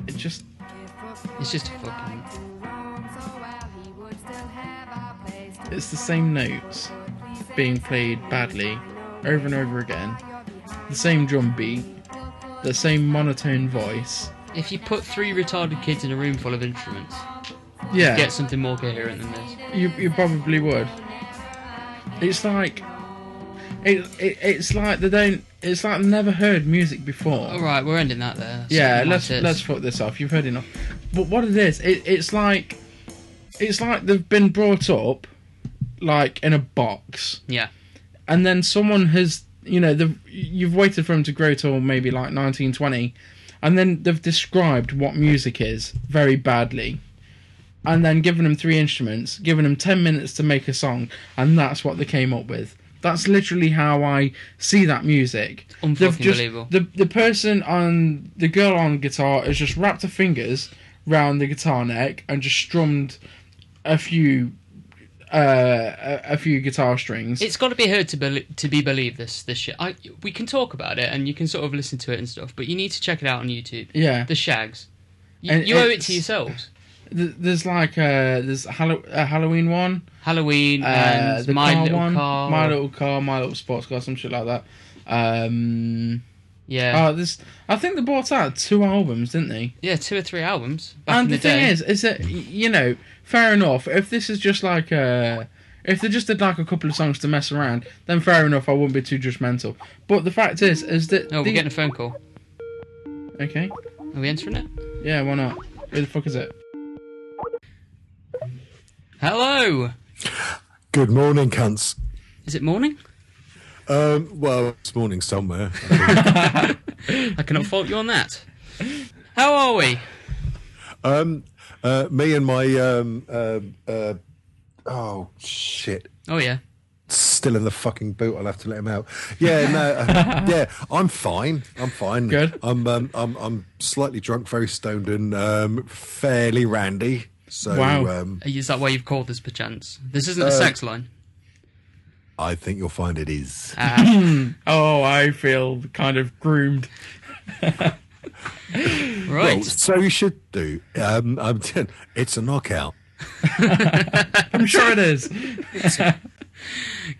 Speaker 1: It just
Speaker 2: It's just a fucking.
Speaker 1: it's the same notes being played badly over and over again. The same drum beat, the same monotone voice.
Speaker 2: If you put three retarded kids in a room full of instruments,
Speaker 1: Yeah,
Speaker 2: get something more coherent than this.
Speaker 1: you you probably would. It's like it, it it's like they don't. It's like they never heard music before.
Speaker 2: All right, we're ending that there. That's
Speaker 1: Yeah,
Speaker 2: something like
Speaker 1: let's
Speaker 2: this.
Speaker 1: let's fuck this off. You've heard enough. But what it is, it, it's like it's like they've been brought up like in a box,
Speaker 2: Yeah,
Speaker 1: and then someone has you know they've you've waited for them to grow till maybe like nineteen twenty, and then they've described what music is very badly, and then given them three instruments, given them ten minutes to make a song, and that's what they came up with. That's literally how I see that music. They've
Speaker 2: unfucking
Speaker 1: just-
Speaker 2: believable.
Speaker 1: the the person on the girl on guitar has just wrapped her fingers round the guitar neck and just strummed a few uh, a, a few guitar strings.
Speaker 2: It's got to be heard to be to be believed. This this shit. I we can talk about it and you can sort of listen to it and stuff, but you need to check it out on YouTube.
Speaker 1: yeah,
Speaker 2: The Shags. You,
Speaker 1: And
Speaker 2: you owe it
Speaker 1: it's-
Speaker 2: to yourselves.
Speaker 1: Th- there's like uh there's a, Hallow- a Halloween one,
Speaker 2: Halloween
Speaker 1: uh,
Speaker 2: and
Speaker 1: the
Speaker 2: My
Speaker 1: car
Speaker 2: Little
Speaker 1: one,
Speaker 2: Car.
Speaker 1: my little car, my little sports car, some shit like that. Um,
Speaker 2: yeah,
Speaker 1: oh, this I think they bought out two albums, didn't they?
Speaker 2: yeah, two or three albums back
Speaker 1: and
Speaker 2: in the,
Speaker 1: the, thing
Speaker 2: day.
Speaker 1: is, is that y- you know, fair enough. If this is just like a, if they just did like a couple of songs to mess around, then fair enough. I wouldn't be too judgmental. But the fact is, is that
Speaker 2: oh,
Speaker 1: the-
Speaker 2: we're getting a phone call.
Speaker 1: okay,
Speaker 2: Are we answering it?
Speaker 1: yeah, why not? Who the fuck is it?
Speaker 2: Hello.
Speaker 5: Good morning, cunts.
Speaker 2: Is it morning?
Speaker 5: Um, well, it's morning somewhere.
Speaker 2: I cannot fault you on that. How are we?
Speaker 5: um, uh, me and my um, uh, uh, oh shit,
Speaker 2: Oh yeah.
Speaker 5: still in the fucking boot. I'll have to let him out. Yeah, no, uh, yeah, I'm fine. I'm fine.
Speaker 1: Good.
Speaker 5: I'm um, I'm I'm slightly drunk, very stoned, and um, fairly randy. So
Speaker 1: Wow.
Speaker 5: um,
Speaker 2: Is that why you've called us, perchance? This isn't
Speaker 1: Uh,
Speaker 2: a sex line.
Speaker 5: I think you'll find it is.
Speaker 1: Oh, I feel kind of groomed.
Speaker 2: Right.
Speaker 5: Well, so you should do. Um, I'm, it's a knockout.
Speaker 1: I'm sure it is.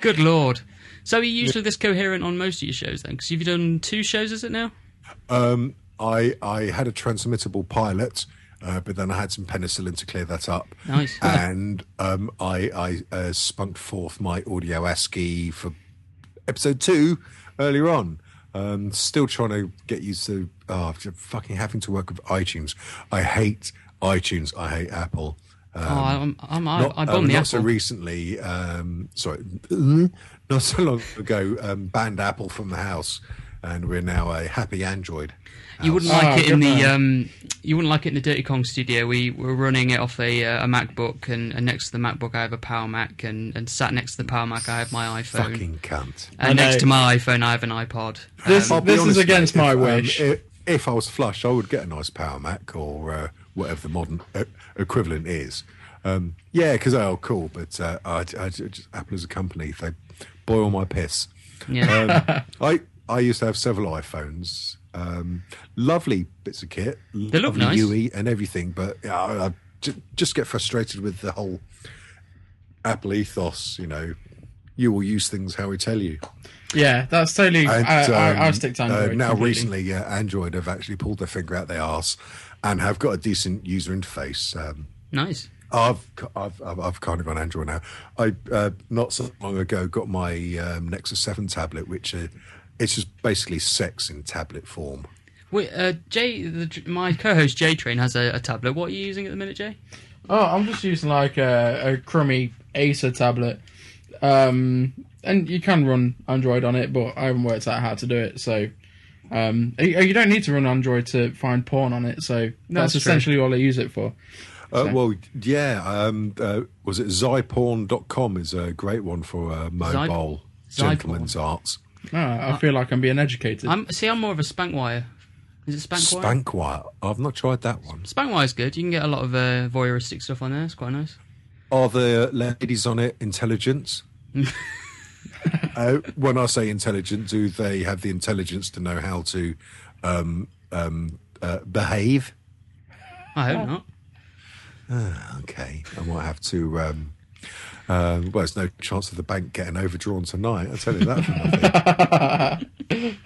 Speaker 2: Good lord. So are you usually this coherent on most of your shows then? Because you've done two shows, is it now?
Speaker 5: Um, I I had a transmittable pilot, uh, but then I had some penicillin to clear that up.
Speaker 2: Nice.
Speaker 5: And um, I I uh, spunked forth my audio ASCII for episode two earlier on. Um, still trying to get used to oh, just fucking having to work with iTunes. I hate iTunes. I hate Apple. Um,
Speaker 2: oh, I'm, I'm, I,
Speaker 5: not,
Speaker 2: I
Speaker 5: um,
Speaker 2: bombed the
Speaker 5: not
Speaker 2: apple.
Speaker 5: so recently. Um, sorry, not so long ago, um, banned Apple from the house, and we're now a happy Android.
Speaker 2: you wouldn't
Speaker 1: house.
Speaker 2: like
Speaker 1: Oh,
Speaker 2: it in
Speaker 1: good
Speaker 2: the
Speaker 1: man.
Speaker 2: um, you wouldn't like it in the Dirty Kong studio. We were running it off a, uh, a MacBook, and, and next to the MacBook I have a Power Mac, and, and sat next to the Power Mac I have my iPhone,
Speaker 5: Fucking cunt.
Speaker 1: I
Speaker 2: and next
Speaker 1: know.
Speaker 2: to my iPhone I have an iPod.
Speaker 1: This-
Speaker 5: I'll be
Speaker 1: is against my
Speaker 5: if, um,
Speaker 1: wish.
Speaker 5: i- if I was flush, I would get a nice Power Mac or uh, whatever the modern uh, equivalent is. Um, yeah, because they are cool, but uh, I, I just, Apple as a company, they boil my piss.
Speaker 2: yeah.
Speaker 5: Um, I I used to have several iPhones. Um, lovely bits of kit. They
Speaker 2: look
Speaker 5: lovely
Speaker 2: nice.
Speaker 5: UI and everything, but yeah, I, I ju- just get frustrated with the whole Apple ethos. You know, you will use things how we tell you.
Speaker 1: Yeah, that's totally.
Speaker 5: And,
Speaker 1: I, I, I
Speaker 5: um,
Speaker 1: stick to
Speaker 5: uh,
Speaker 1: Android.
Speaker 5: now,
Speaker 1: completely.
Speaker 5: recently, uh, Android have actually pulled their finger out their arse and have got a decent user interface. Um,
Speaker 2: nice.
Speaker 5: I've ki- I've I've, I've kind of gone Android now. I uh, not so long ago got my um, Nexus Seven tablet, which uh, it's just basically sex in tablet form.
Speaker 2: Wait, uh, Jay, the, my co-host J Train has a, a tablet. What are you using at the minute, Jay?
Speaker 1: Oh, I'm just using like a, a crummy Acer tablet. Um, and you can run Android on it, but I haven't worked out how to do it. So, um, you, you don't need to run Android to find porn on it. So that's,
Speaker 2: That's true.
Speaker 1: essentially all I use it for.
Speaker 5: Uh,
Speaker 1: So-
Speaker 5: Well, yeah. Um, uh, was it Zyporn.com is a great one for uh, mobile
Speaker 2: Zyporn.
Speaker 5: gentleman's arts.
Speaker 1: Oh, I feel like I'm being educated.
Speaker 2: Uh, I'm see, I'm more of a spank wire. Is it spank wire?
Speaker 5: Spankwire. I've not tried that one.
Speaker 2: Spank wire's good. You can get a lot of uh, voyeuristic stuff on there. It's quite nice.
Speaker 5: Are the ladies on it intelligent? uh, when I say intelligent, do they have the intelligence to know how to um, um, uh, behave?
Speaker 2: I hope not.
Speaker 5: Okay, I might have to. Um, uh, well, there's no chance of the bank getting overdrawn tonight. I tell you that for nothing.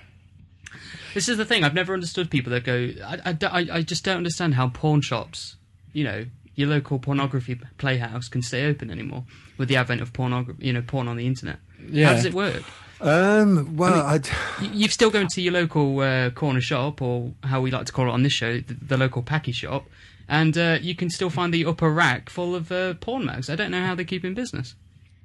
Speaker 2: This is the thing. I've never understood people that go. I, I don't- I- I just don't understand how porn shops, you know, your local pornography playhouse can stay open anymore with the advent of pornography, you know, porn on the internet.
Speaker 1: Yeah.
Speaker 2: How does it work?
Speaker 5: Um, well, I
Speaker 2: You- You've still going to your local uh, corner shop, or how we like to call it on this show, the, the local packy shop, and uh, you can still find the upper rack full of uh, porn mags. I don't know how they keep in business.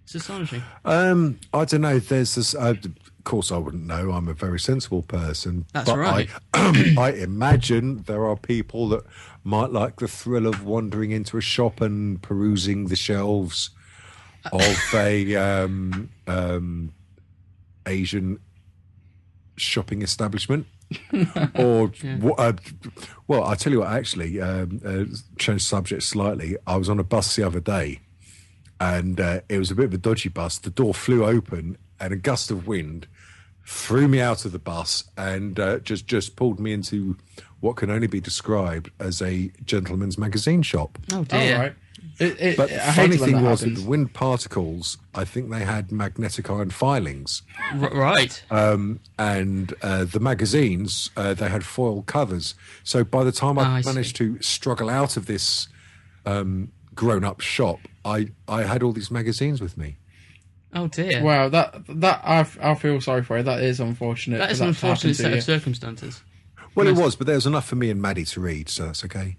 Speaker 2: It's astonishing.
Speaker 5: Um, I don't know. There's this. Uh, of course, I wouldn't know. I'm a very sensible person.
Speaker 2: That's
Speaker 5: but
Speaker 2: right.
Speaker 5: I, I imagine there are people that might like the thrill of wandering into a shop and perusing the shelves
Speaker 2: Uh,
Speaker 5: of a um, um, Asian shopping establishment. or wha- uh, well, I tell you what. Actually, um, uh, change subject slightly. I was on a bus the other day and uh, it was a bit of a dodgy bus. The door flew open, and a gust of wind threw me out of the bus and uh, just just pulled me into what can only be described as a gentleman's magazine shop.
Speaker 2: Oh
Speaker 1: All
Speaker 2: dear.
Speaker 1: right. It, it,
Speaker 5: But
Speaker 1: I
Speaker 5: the
Speaker 1: hate
Speaker 5: funny
Speaker 1: it when
Speaker 5: thing
Speaker 1: that
Speaker 5: was that
Speaker 1: happens.
Speaker 5: the wind particles, I think they had magnetic iron filings,
Speaker 2: R- right.
Speaker 5: and uh, the magazines uh, they had foil covers. So by the time
Speaker 2: Ah, I
Speaker 5: I
Speaker 2: see.
Speaker 5: managed to struggle out of this um, grown-up shop, I I had all these magazines with me.
Speaker 2: oh dear.
Speaker 1: Wow, that that I, f- I feel sorry for you. That is unfortunate.
Speaker 2: that is
Speaker 1: that's
Speaker 2: an unfortunate
Speaker 1: happened to
Speaker 2: set
Speaker 1: you.
Speaker 2: of circumstances.
Speaker 5: Well, it was, but there was enough for me and Maddie to read, so that's okay.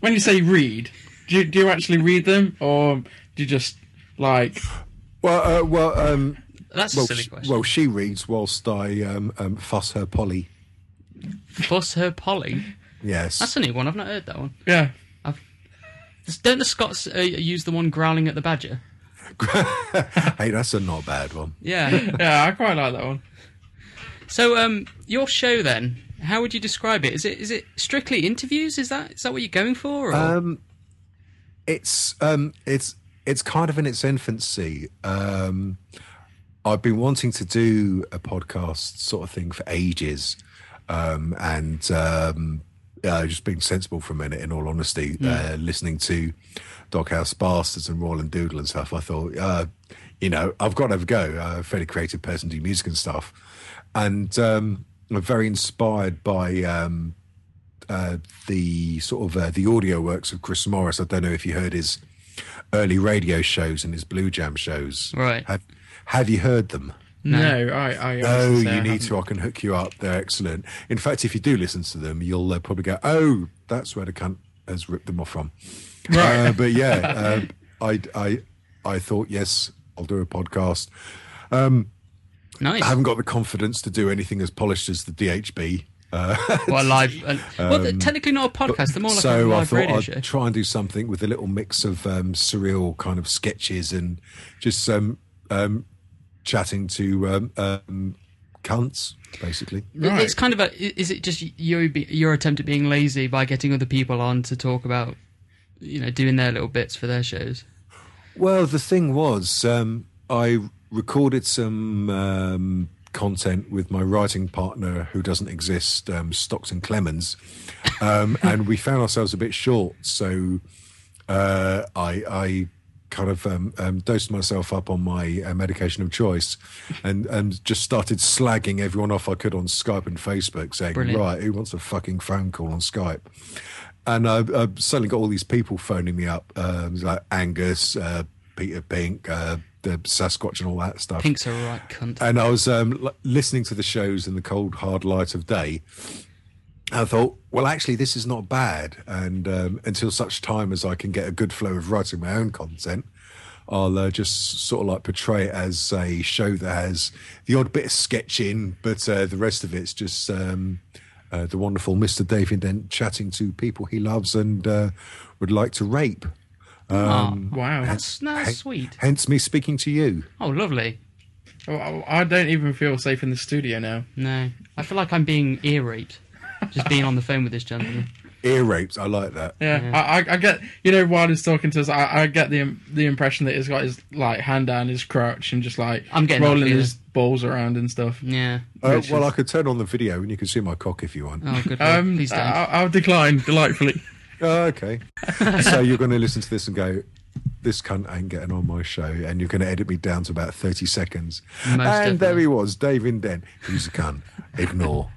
Speaker 1: When you say read, do you, do you actually read them, or do you just like?
Speaker 5: Well, uh, well, um,
Speaker 2: That's
Speaker 5: well,
Speaker 2: a silly
Speaker 5: sh-
Speaker 2: question.
Speaker 5: well, she reads whilst I um, um, fuss her Polly.
Speaker 2: Fuss her Polly.
Speaker 5: Yes,
Speaker 2: That's a new one. I've not heard that one.
Speaker 1: Yeah,
Speaker 2: Does- Don't the Scots uh, use the one growling at the badger?
Speaker 5: hey, that's a not bad one.
Speaker 2: Yeah.
Speaker 1: yeah, I quite like that one.
Speaker 2: so, um, your show then? How would you describe it? Is it is it strictly interviews? Is that is that what you're going for? Or?
Speaker 5: Um, it's um, it's it's kind of in its infancy. Um, I've been wanting to do a podcast sort of thing for ages, um, and um, uh, just being sensible for a minute. In all honesty, uh, listening to Doghouse Bastards and Royal and Doodle and stuff, I thought, uh, you know, I've got to have a go. I'm a fairly creative person, do music and stuff, and um, I'm very inspired by um, uh, the sort of uh, the audio works of Chris Morris. I don't know if you heard his early radio shows and his Blue Jam shows.
Speaker 2: Right.
Speaker 5: Have, have you heard them?
Speaker 1: No, I, I
Speaker 5: No,
Speaker 1: honestly say I
Speaker 5: Oh, you
Speaker 2: um,
Speaker 5: need
Speaker 1: haven't.
Speaker 5: to. I can hook you up. They're excellent. In fact, if you do listen to them, you'll uh, probably go, "Oh, that's where the cunt has ripped them off from."
Speaker 1: Right.
Speaker 5: Uh, but yeah, um, I, I, I thought, yes, I'll do a podcast.
Speaker 2: nice.
Speaker 5: I haven't got the confidence to do anything as polished as the DHB.
Speaker 2: well, live. Uh, well, they're technically not a podcast. They're more like a
Speaker 5: Um, so I
Speaker 2: live
Speaker 5: thought
Speaker 2: radio
Speaker 5: I'd
Speaker 2: show.
Speaker 5: try and do something with a little mix of um, surreal kind of sketches and just um, um, chatting to um, um, cunts, basically.
Speaker 1: Right.
Speaker 2: It's kind of a. i- Is it just your be- your attempt at being lazy by getting other people on to talk about, you know, doing their little bits for their shows?
Speaker 5: Well, the thing was, um, I recorded some um, content with my writing partner, who doesn't exist, um, Stockton Clemens, um, and we found ourselves a bit short. So uh, I, I kind of um, um, dosed myself up on my uh, medication of choice, and and just started slagging everyone off I could on Skype and Facebook, saying,
Speaker 2: Brilliant.
Speaker 5: "Right, who wants a fucking phone call on Skype?" and I, I suddenly got all these people phoning me up, um, like Angus, uh, Peter Pink, uh, the Sasquatch, and all that stuff.
Speaker 2: Pink's a right cunt.
Speaker 5: And I was um, l- listening to the shows in the cold, hard light of day. And I thought, well, actually, this is not bad. And um, until such time as I can get a good flow of writing my own content, I'll uh, just sort of like portray it as a show that has the odd bit of sketching, but uh, the rest of it's just um, uh, the wonderful Mr. David Dent chatting to people he loves and uh, would like to rape. Um,
Speaker 1: Wow.
Speaker 2: That's, that's
Speaker 5: Hen-
Speaker 2: sweet.
Speaker 5: Hence me speaking to you.
Speaker 2: Oh, lovely.
Speaker 1: Oh, I- I don't even feel safe in the studio now.
Speaker 2: No, I feel like I'm being ear raped. Just being on the phone with this gentleman.
Speaker 5: Ear rapes. I like that.
Speaker 1: Yeah, I, I, I get you know while he's talking to us, I, I get the the impression that he's got his like hand down his crotch and just like
Speaker 2: I'm getting that
Speaker 1: rolling
Speaker 2: feeling.
Speaker 1: his balls around and stuff.
Speaker 2: Yeah.
Speaker 5: Uh,
Speaker 1: Which
Speaker 5: well,
Speaker 1: is-
Speaker 5: I could turn on the video and you can see my cock if you want.
Speaker 2: Oh, good. Lord.
Speaker 1: Um,
Speaker 2: Please don't.
Speaker 1: I, I'll decline delightfully.
Speaker 5: Oh, okay. so you're going to listen to this and go, this cunt ain't getting on my show, and you're going to edit me down to about 30 seconds. and there
Speaker 2: definitely.
Speaker 5: he was, David Den. He's a cunt. Ignore.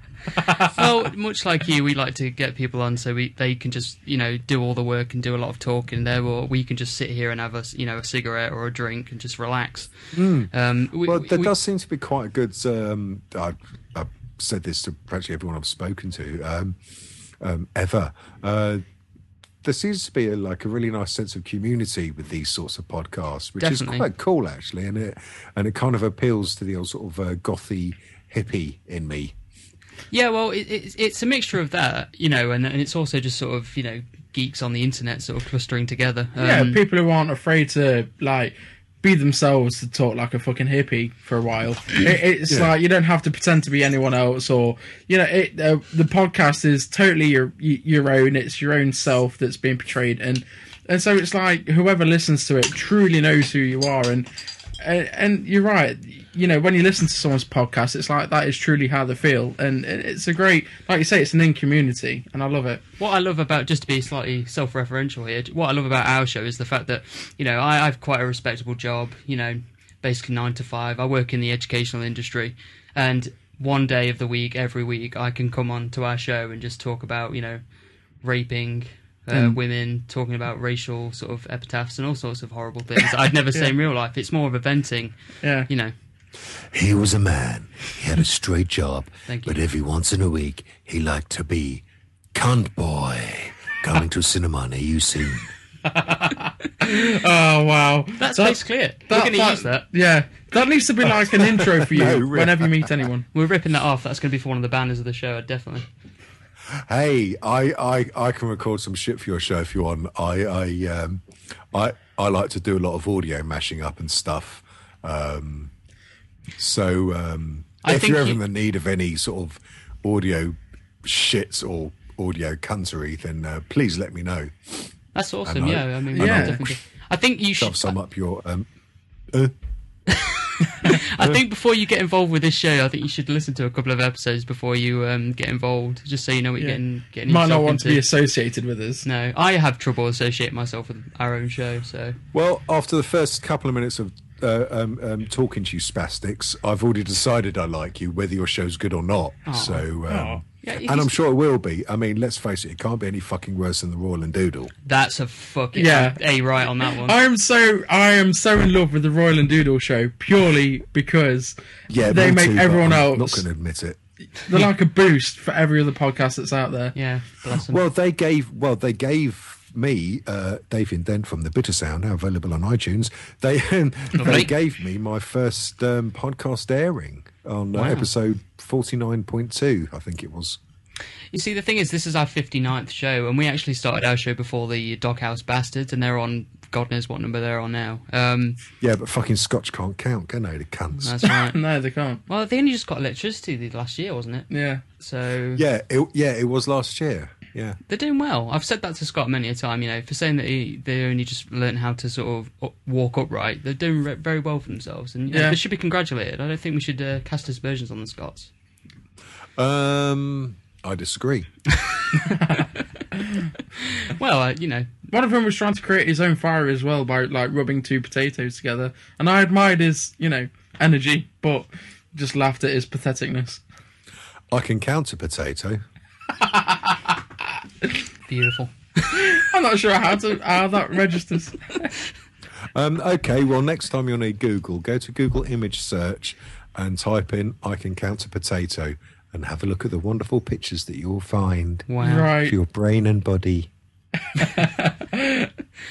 Speaker 2: well, much like you, we like to get people on so we, they can just, you know, do all the work and do a lot of talking there, or we can just sit here and have a, s- you know, a cigarette or a drink and just relax. Um, we,
Speaker 5: Hmm. Well,
Speaker 2: we-
Speaker 5: there
Speaker 2: we-
Speaker 5: does seem to be quite a good. Um, I, I've said this to practically everyone I've spoken to um, um, ever. Uh, there seems to be a, like a really nice sense of community with these sorts of podcasts, which
Speaker 2: Definitely.
Speaker 5: is quite cool actually, and it and it kind of appeals to the old sort of uh, gothy hippie in me.
Speaker 2: Yeah, well, it, it's it's a mixture of that, you know, and, and it's also just sort of, you know, geeks on the internet sort of clustering together. Um,
Speaker 1: yeah, people who aren't afraid to like be themselves to talk like a fucking hippie for a while. It, it's
Speaker 5: Yeah.
Speaker 1: like you don't have to pretend to be anyone else, or you know, it, uh, the podcast is totally your your own. It's your own self that's being portrayed, and and so it's like whoever listens to it truly knows who you are, and and, and you're right. You know, when you listen to someone's podcast, it's like that is truly how they feel, and it- it's a great, like you say, it's an in community, and I love it.
Speaker 2: what I love about just to be slightly self-referential here, what I love about our show is the fact that you know I, I have quite a respectable job, you know, basically nine to five. I work in the educational industry, and one day of the week, every week, I can come on to our show and just talk about you know raping. Uh, women talking about racial sort of epitaphs and all sorts of horrible things that I'd never say in real life. It's more of a venting,
Speaker 1: Yeah.
Speaker 2: you know.
Speaker 5: He was a man. He had a straight job.
Speaker 2: Thank you.
Speaker 5: But every once in a week, he liked to be cunt boy. Going to cinema near you soon.
Speaker 1: Oh wow,
Speaker 2: That's
Speaker 1: That-
Speaker 2: basically it. We're going to use that.
Speaker 1: Yeah, that needs to be like an intro for you
Speaker 5: No, really.
Speaker 1: whenever you meet anyone.
Speaker 2: We're ripping that off. That's going to be for one of the banners of the show, definitely.
Speaker 5: Hey, I, I, I can record some shit for your show if you want. I I um, I I like to do a lot of audio mashing up and stuff. Um, so um,
Speaker 2: I
Speaker 5: if
Speaker 2: think
Speaker 5: you're ever in
Speaker 2: you-
Speaker 5: the need of any sort of audio shits or audio cuntery, then uh, please let me know.
Speaker 2: That's awesome.
Speaker 5: And I-
Speaker 2: yeah, I mean,
Speaker 5: and
Speaker 2: we
Speaker 1: I-
Speaker 2: can definitely. I think you should.
Speaker 5: Shove some up your um,
Speaker 2: I think before you get involved with this show, I think you should listen to a couple of episodes before you um, get involved, just so you know what you're
Speaker 1: Yeah.
Speaker 2: getting getting
Speaker 1: Might
Speaker 2: yourself
Speaker 1: not want to
Speaker 2: into.
Speaker 1: be associated with us.
Speaker 2: no, I have trouble associating myself with our own show. So
Speaker 5: Well, after the first couple of minutes of uh, um, um, talking to you, spastics, I've already decided I like you, whether your show's good or not. So, um,
Speaker 2: Yeah, if
Speaker 5: and I'm
Speaker 2: you-
Speaker 5: sure it will be. I mean, let's face it, it can't be any fucking worse than the Royal and Doodle.
Speaker 2: that's a fucking
Speaker 1: Yeah.
Speaker 2: A right on that one.
Speaker 1: I am so I am so in love with the Royal and Doodle show purely because
Speaker 5: Yeah,
Speaker 1: they
Speaker 5: me
Speaker 1: make
Speaker 5: too, but
Speaker 1: everyone
Speaker 5: I'm Not
Speaker 1: else
Speaker 5: going to admit it.
Speaker 1: they're like a boost for every other podcast that's out there.
Speaker 2: yeah, bless them.
Speaker 5: Well, they gave. Well, they gave. Me, uh, Dave Indent from the Bitter Sound, now available on iTunes. They
Speaker 2: Lovely.
Speaker 5: they gave me my first um, podcast airing on uh,
Speaker 2: Wow.
Speaker 5: episode forty nine point two, I think it was.
Speaker 2: you see, the thing is, this is our 59th show, and we actually started our show before the Doghouse Bastards, and they're on God knows what number they're on now. Um,
Speaker 5: Yeah, but fucking Scotch can't count, can they? The cunts.
Speaker 2: that's right.
Speaker 1: No, they can't.
Speaker 2: well, they only just got electricity the last year, wasn't it?
Speaker 1: Yeah.
Speaker 2: So
Speaker 5: Yeah, it, yeah, it was last year. Yeah,
Speaker 2: They're doing well. I've said that to Scott many a time, you know, for saying that he, they only just learn't how to sort of u- walk upright. They're doing re- very well for themselves, and you know,
Speaker 1: Yeah.
Speaker 2: they should be congratulated. I don't think we should uh, cast aspersions on the Scots.
Speaker 5: um, I disagree.
Speaker 2: Well, uh, you know,
Speaker 1: One of them was trying to create his own fire as well by like rubbing two potatoes together, and I admired his you know energy, but just laughed at his patheticness.
Speaker 5: I can count a potato.
Speaker 2: Beautiful.
Speaker 1: I'm not sure how to how that registers.
Speaker 5: Um, okay, well, next time you'll need Google. Go to Google Image Search and type in I can count a potato and have a look at the wonderful pictures that you'll find
Speaker 2: Wow.
Speaker 5: for
Speaker 1: right.
Speaker 5: your brain and body.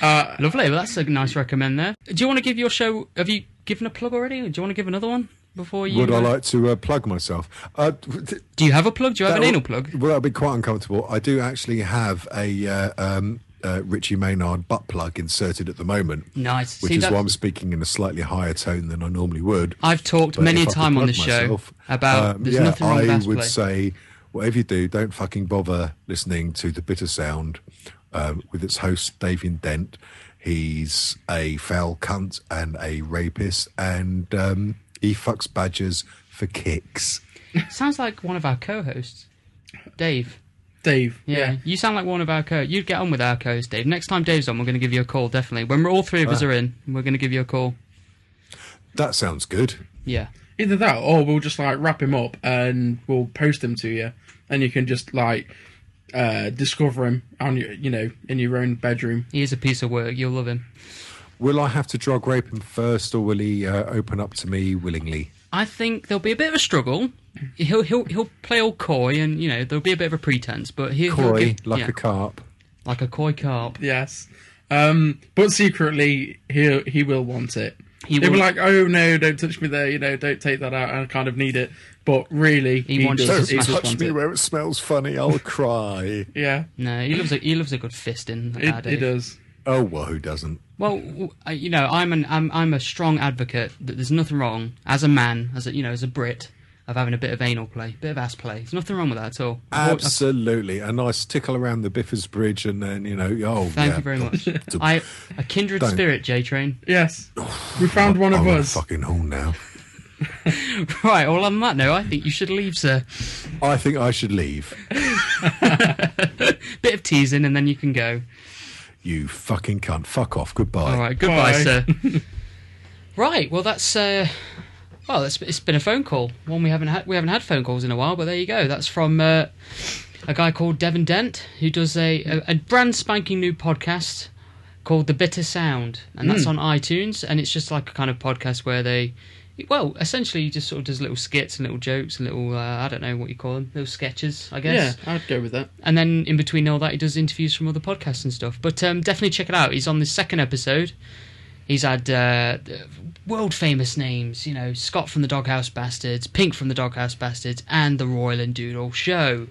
Speaker 2: Lovely. Well, that's a nice recommend there. Do you want to give your show? Have you given a plug already? Do you want to give another one before you?
Speaker 5: Would I
Speaker 2: uh,
Speaker 5: like to uh, plug myself? Uh, th-
Speaker 2: Do you have a plug? Do you have an
Speaker 5: That'll-
Speaker 2: anal plug?
Speaker 5: Well, that'd be quite uncomfortable. I do actually have a uh, um, uh, Richie Maynard butt plug inserted at the moment.
Speaker 2: Nice.
Speaker 5: Which
Speaker 2: See,
Speaker 5: is
Speaker 2: that-
Speaker 5: why I'm speaking in a slightly higher tone than I normally would.
Speaker 2: I've talked
Speaker 5: But
Speaker 2: many a
Speaker 5: if I could
Speaker 2: time on
Speaker 5: plug
Speaker 2: this show
Speaker 5: myself,
Speaker 2: about
Speaker 5: um,
Speaker 2: there's
Speaker 5: yeah,
Speaker 2: nothing wrong
Speaker 5: I
Speaker 2: with bass
Speaker 5: would
Speaker 2: play.
Speaker 5: say, whatever you do, don't fucking bother listening to the bitter sound um, with its host Davian Dent. He's a foul cunt and a rapist, and um, he fucks badgers for kicks.
Speaker 2: Sounds like one of our co-hosts, Dave.
Speaker 1: Dave.
Speaker 2: Yeah, you sound like one of our co. You'd get on with our co-host, Dave. Next time Dave's on, we're going to give you a call. Definitely. When we're all three of us are in, we're going to give you a call.
Speaker 5: That sounds good.
Speaker 2: Yeah.
Speaker 1: Either that, or we'll just like wrap him up and we'll post him to you, and you can just like uh discover him on your, you know, in your own bedroom.
Speaker 2: He is a piece of work. You'll love him.
Speaker 5: Will I have to drug rape him first, or will he uh, open up to me willingly?
Speaker 2: I think there'll be a bit of a struggle. He'll he'll he'll play all coy, and you know there'll be a bit of a pretense, but he,
Speaker 5: Coy,
Speaker 2: he'll give,
Speaker 5: like
Speaker 2: yeah,
Speaker 5: a carp.
Speaker 2: like a coy carp.
Speaker 1: Yes. Um, but secretly, he he will want it.
Speaker 2: He
Speaker 1: He will be
Speaker 2: will-
Speaker 1: like, "Oh no, don't touch me there. You know, don't take that out. I kind of need it." But really, he,
Speaker 2: wants
Speaker 1: just,
Speaker 2: to
Speaker 1: he
Speaker 2: smash
Speaker 1: just wants it.
Speaker 5: where it smells funny. I'll cry.
Speaker 1: Yeah,
Speaker 2: No, he loves a he loves a good fisting.
Speaker 1: it,
Speaker 2: our
Speaker 1: it
Speaker 2: Dave.
Speaker 1: does.
Speaker 5: Oh well, who doesn't?
Speaker 2: Well, w- I- you know, I'm an I'm I'm a strong advocate that there's nothing wrong as a man, as a you know, as a Brit, of having a bit of anal play, bit of ass play. There's nothing wrong with that at all. I've al- I've-
Speaker 5: Absolutely, a nice tickle around the Biffers Bridge, and then you know, oh,
Speaker 2: Thank
Speaker 5: yeah.
Speaker 2: you very much.
Speaker 5: To-
Speaker 2: I a kindred
Speaker 5: Don't.
Speaker 2: spirit, J Train.
Speaker 1: Yes, we found one
Speaker 5: I
Speaker 1: of
Speaker 5: want a
Speaker 1: us.
Speaker 5: fucking horn now.
Speaker 2: Right. Well, on that note, I think you should leave, sir.
Speaker 5: I think I should leave.
Speaker 2: Bit of teasing, and then you can go.
Speaker 5: You fucking cunt. Fuck off. Goodbye.
Speaker 2: All right. Goodbye,
Speaker 1: Bye.
Speaker 2: sir. right. Well, that's uh, well, it's, it's been a phone call. One we haven't had. We haven't had phone calls in a while. But there you go. That's from uh, a guy called Devin Dent, who does a, a, a brand spanking new podcast called The Bitter Sound, and that's on iTunes. And it's just like a kind of podcast where they, well, essentially he just sort of does little skits and little jokes and little uh, I don't know what you call them, little sketches, I guess
Speaker 1: Yeah, I'd go with that.
Speaker 2: and then in between all that he does interviews from other podcasts and stuff but um, definitely check it out he's on the second episode he's had uh, world famous names you know scott from the doghouse bastards pink from the doghouse bastards and the royal and doodle show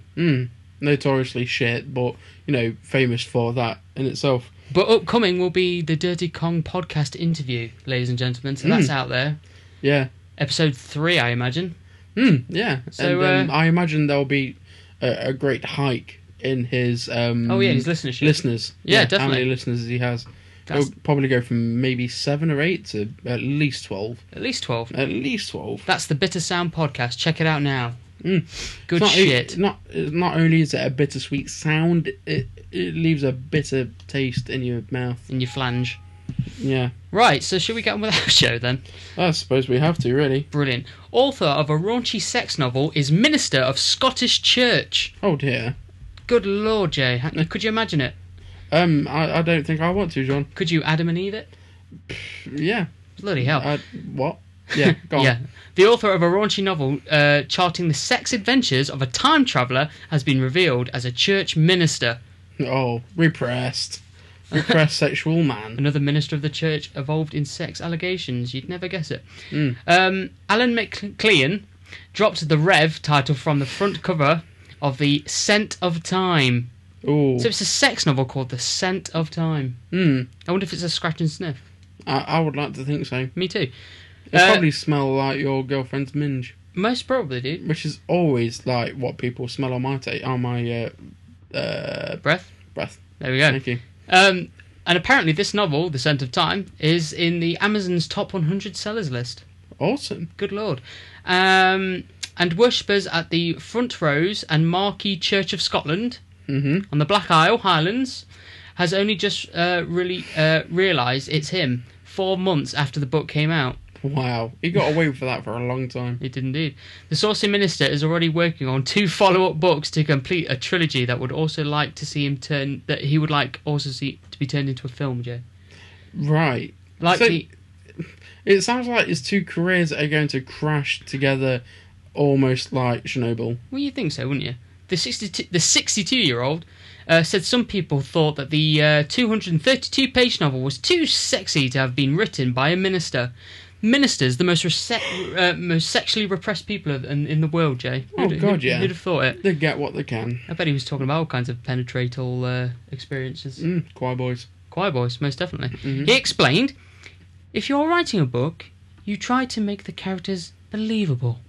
Speaker 1: Notoriously shit, but you know, famous for that in itself.
Speaker 2: but upcoming will be the dirty kong podcast interview ladies and gentlemen so that's out there
Speaker 1: Yeah,
Speaker 2: episode three i imagine
Speaker 1: Hmm, yeah.
Speaker 2: So,
Speaker 1: and um,
Speaker 2: uh,
Speaker 1: I imagine there'll be a, a great hike in his. Um,
Speaker 2: Oh, yeah, his listenership.
Speaker 1: Listeners.
Speaker 2: Yeah,
Speaker 1: How
Speaker 2: definitely.
Speaker 1: many listeners he has?
Speaker 2: That's-
Speaker 1: It'll probably go from maybe seven or eight to at least twelve.
Speaker 2: at least 12
Speaker 1: At least twelve.
Speaker 2: that's the bitter sound podcast check it out now good
Speaker 1: not,
Speaker 2: shit
Speaker 1: It, not not only is it a bittersweet sound, it it leaves a bitter taste in your mouth.
Speaker 2: in your flange
Speaker 1: Yeah,
Speaker 2: right so should we get on with our show then
Speaker 1: I suppose we have to really.
Speaker 2: Brilliant. Author of a raunchy sex novel is minister of Scottish Church.
Speaker 1: Oh dear.
Speaker 2: Good lord, Jay. Ha- Could you imagine it?
Speaker 1: Um, I, I don't think I want to, John.
Speaker 2: Could you Adam and Eve it?
Speaker 1: Yeah.
Speaker 2: Bloody hell.
Speaker 1: I, what? Yeah. Uh, Go on.
Speaker 2: yeah. The author of a raunchy novel uh, charting the sex adventures of a time traveller has been revealed as a church minister.
Speaker 1: Oh, repressed, repressed sexual man.
Speaker 2: Another minister of the church involved in sex allegations. You'd never guess it.
Speaker 1: Hmm.
Speaker 2: Um, Alan McLean dropped the Rev title from the front cover of the Scent of Time.
Speaker 1: Oh,
Speaker 2: So it's a sex novel called The Scent of Time.
Speaker 1: mm,
Speaker 2: I wonder if it's a scratch and sniff.
Speaker 1: I, I would like to think so.
Speaker 2: Me too.
Speaker 1: It
Speaker 2: Uh,
Speaker 1: probably smell like your girlfriend's minge,
Speaker 2: Most probably, dude.
Speaker 1: which is always like what people smell on my ta- on my uh, uh,
Speaker 2: Breath.
Speaker 1: breath.
Speaker 2: There we go.
Speaker 1: Thank you.
Speaker 2: Um, and apparently, this novel, The Scent of Time, is in the Amazon's top 100 sellers list.
Speaker 1: Awesome.
Speaker 2: Good lord. Um, and worshippers at the Front Rows and Marquee Church of Scotland
Speaker 1: Mm-hmm.
Speaker 2: on the Black Isle Highlands has only just uh, really uh, realised it's him four months after the book came out.
Speaker 1: Wow, he got away with that for a long time.
Speaker 2: It did indeed. The saucy minister is already working on two follow-up books to complete a trilogy that would also like to see him turn. That he would like also see to be turned into a film. Jay,
Speaker 1: Right.
Speaker 2: like
Speaker 1: So-
Speaker 2: the,
Speaker 1: It sounds like his two careers are going to crash together, almost like Chernobyl.
Speaker 2: well, you think so, wouldn't you? The sixty-two, the sixty-two-year-old uh, said some people thought that the uh, two hundred and thirty-two page novel was too sexy to have been written by a minister. Ministers, the most rese- uh, most sexually repressed people of, in, in the world, Jay.
Speaker 1: Oh,
Speaker 2: Who'd-
Speaker 1: God,
Speaker 2: who'd-
Speaker 1: yeah.
Speaker 2: Who'd have thought it?
Speaker 1: They get what they can.
Speaker 2: I bet he was talking about all kinds of penetratal uh, experiences.
Speaker 1: Mm, choir boys.
Speaker 2: Choir Boys, most definitely. He explained if you're writing a book, you try to make the characters believable.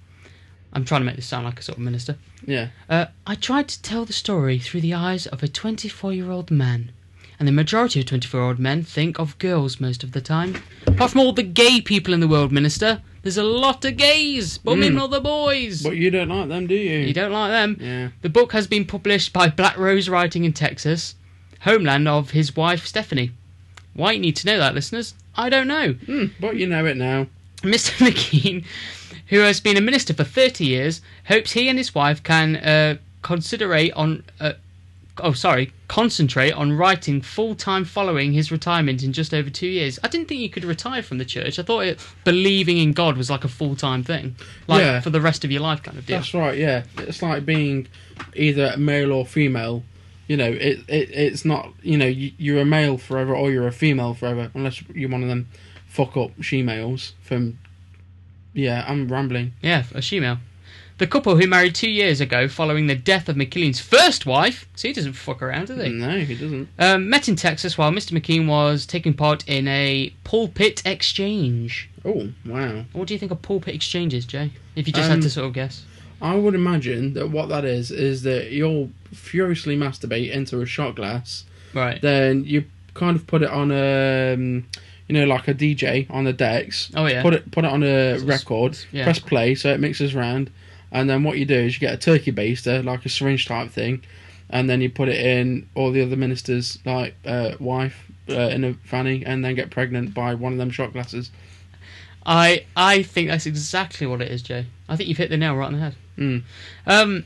Speaker 2: I'm trying to make this sound like a sort of minister.
Speaker 1: Yeah.
Speaker 2: Uh, I tried to tell the story through the eyes of a 24 year old man. And the majority of 24 year old men think of girls most of the time. Apart from all the gay people in the world, Minister, there's a lot of gays, but men are the boys.
Speaker 1: But you don't like them, do you?
Speaker 2: You don't like them.
Speaker 1: Yeah.
Speaker 2: The book has been published by Black Rose Writing in Texas, homeland of his wife Stephanie. Why you need to know that, listeners? I don't know.
Speaker 1: Mm, but you know it now.
Speaker 2: Mr. McKean, who has been a minister for 30 years, hopes he and his wife can uh, considerate on. Uh, oh, sorry, concentrate on writing full time following his retirement in just over two years. I didn't think you could retire from the church. I thought it, believing in God was like a full time thing, like
Speaker 1: Yeah.
Speaker 2: for the rest of your life kind of deal.
Speaker 1: That's right. Yeah, it's like being either male or female. You know, it, it it's not. You know, you, you're a male forever or you're a female forever, unless you're one of them fuck up she males from. Yeah, I'm rambling.
Speaker 2: Yeah, a shemale. The couple who married two years ago following the death of McKean's first wife, so he doesn't fuck around, does he?
Speaker 1: No, he doesn't.
Speaker 2: Um, met in Texas while Mr. McKean was taking part in a pulpit exchange.
Speaker 1: Oh wow!
Speaker 2: What do you think a pulpit exchange is, Jay? If you just had
Speaker 1: Um,
Speaker 2: to sort of guess.
Speaker 1: I would imagine that what that is is that you'll furiously masturbate into a shot glass,
Speaker 2: Right.
Speaker 1: then you kind of put it on a, um, you know, like a DJ on the decks.
Speaker 2: Oh, yeah.
Speaker 1: Put it put it on a
Speaker 2: So it's-
Speaker 1: record.
Speaker 2: yeah.
Speaker 1: Press play so it mixes round, and then what you do is you get a turkey baster like a syringe type thing, and then you put it in all the other ministers like uh, wife uh, in a fanny, and then get pregnant by one of them shot glasses.
Speaker 2: I I think that's exactly what it is, Jay. I think you've hit the nail right on the head.
Speaker 1: Mm.
Speaker 2: Um,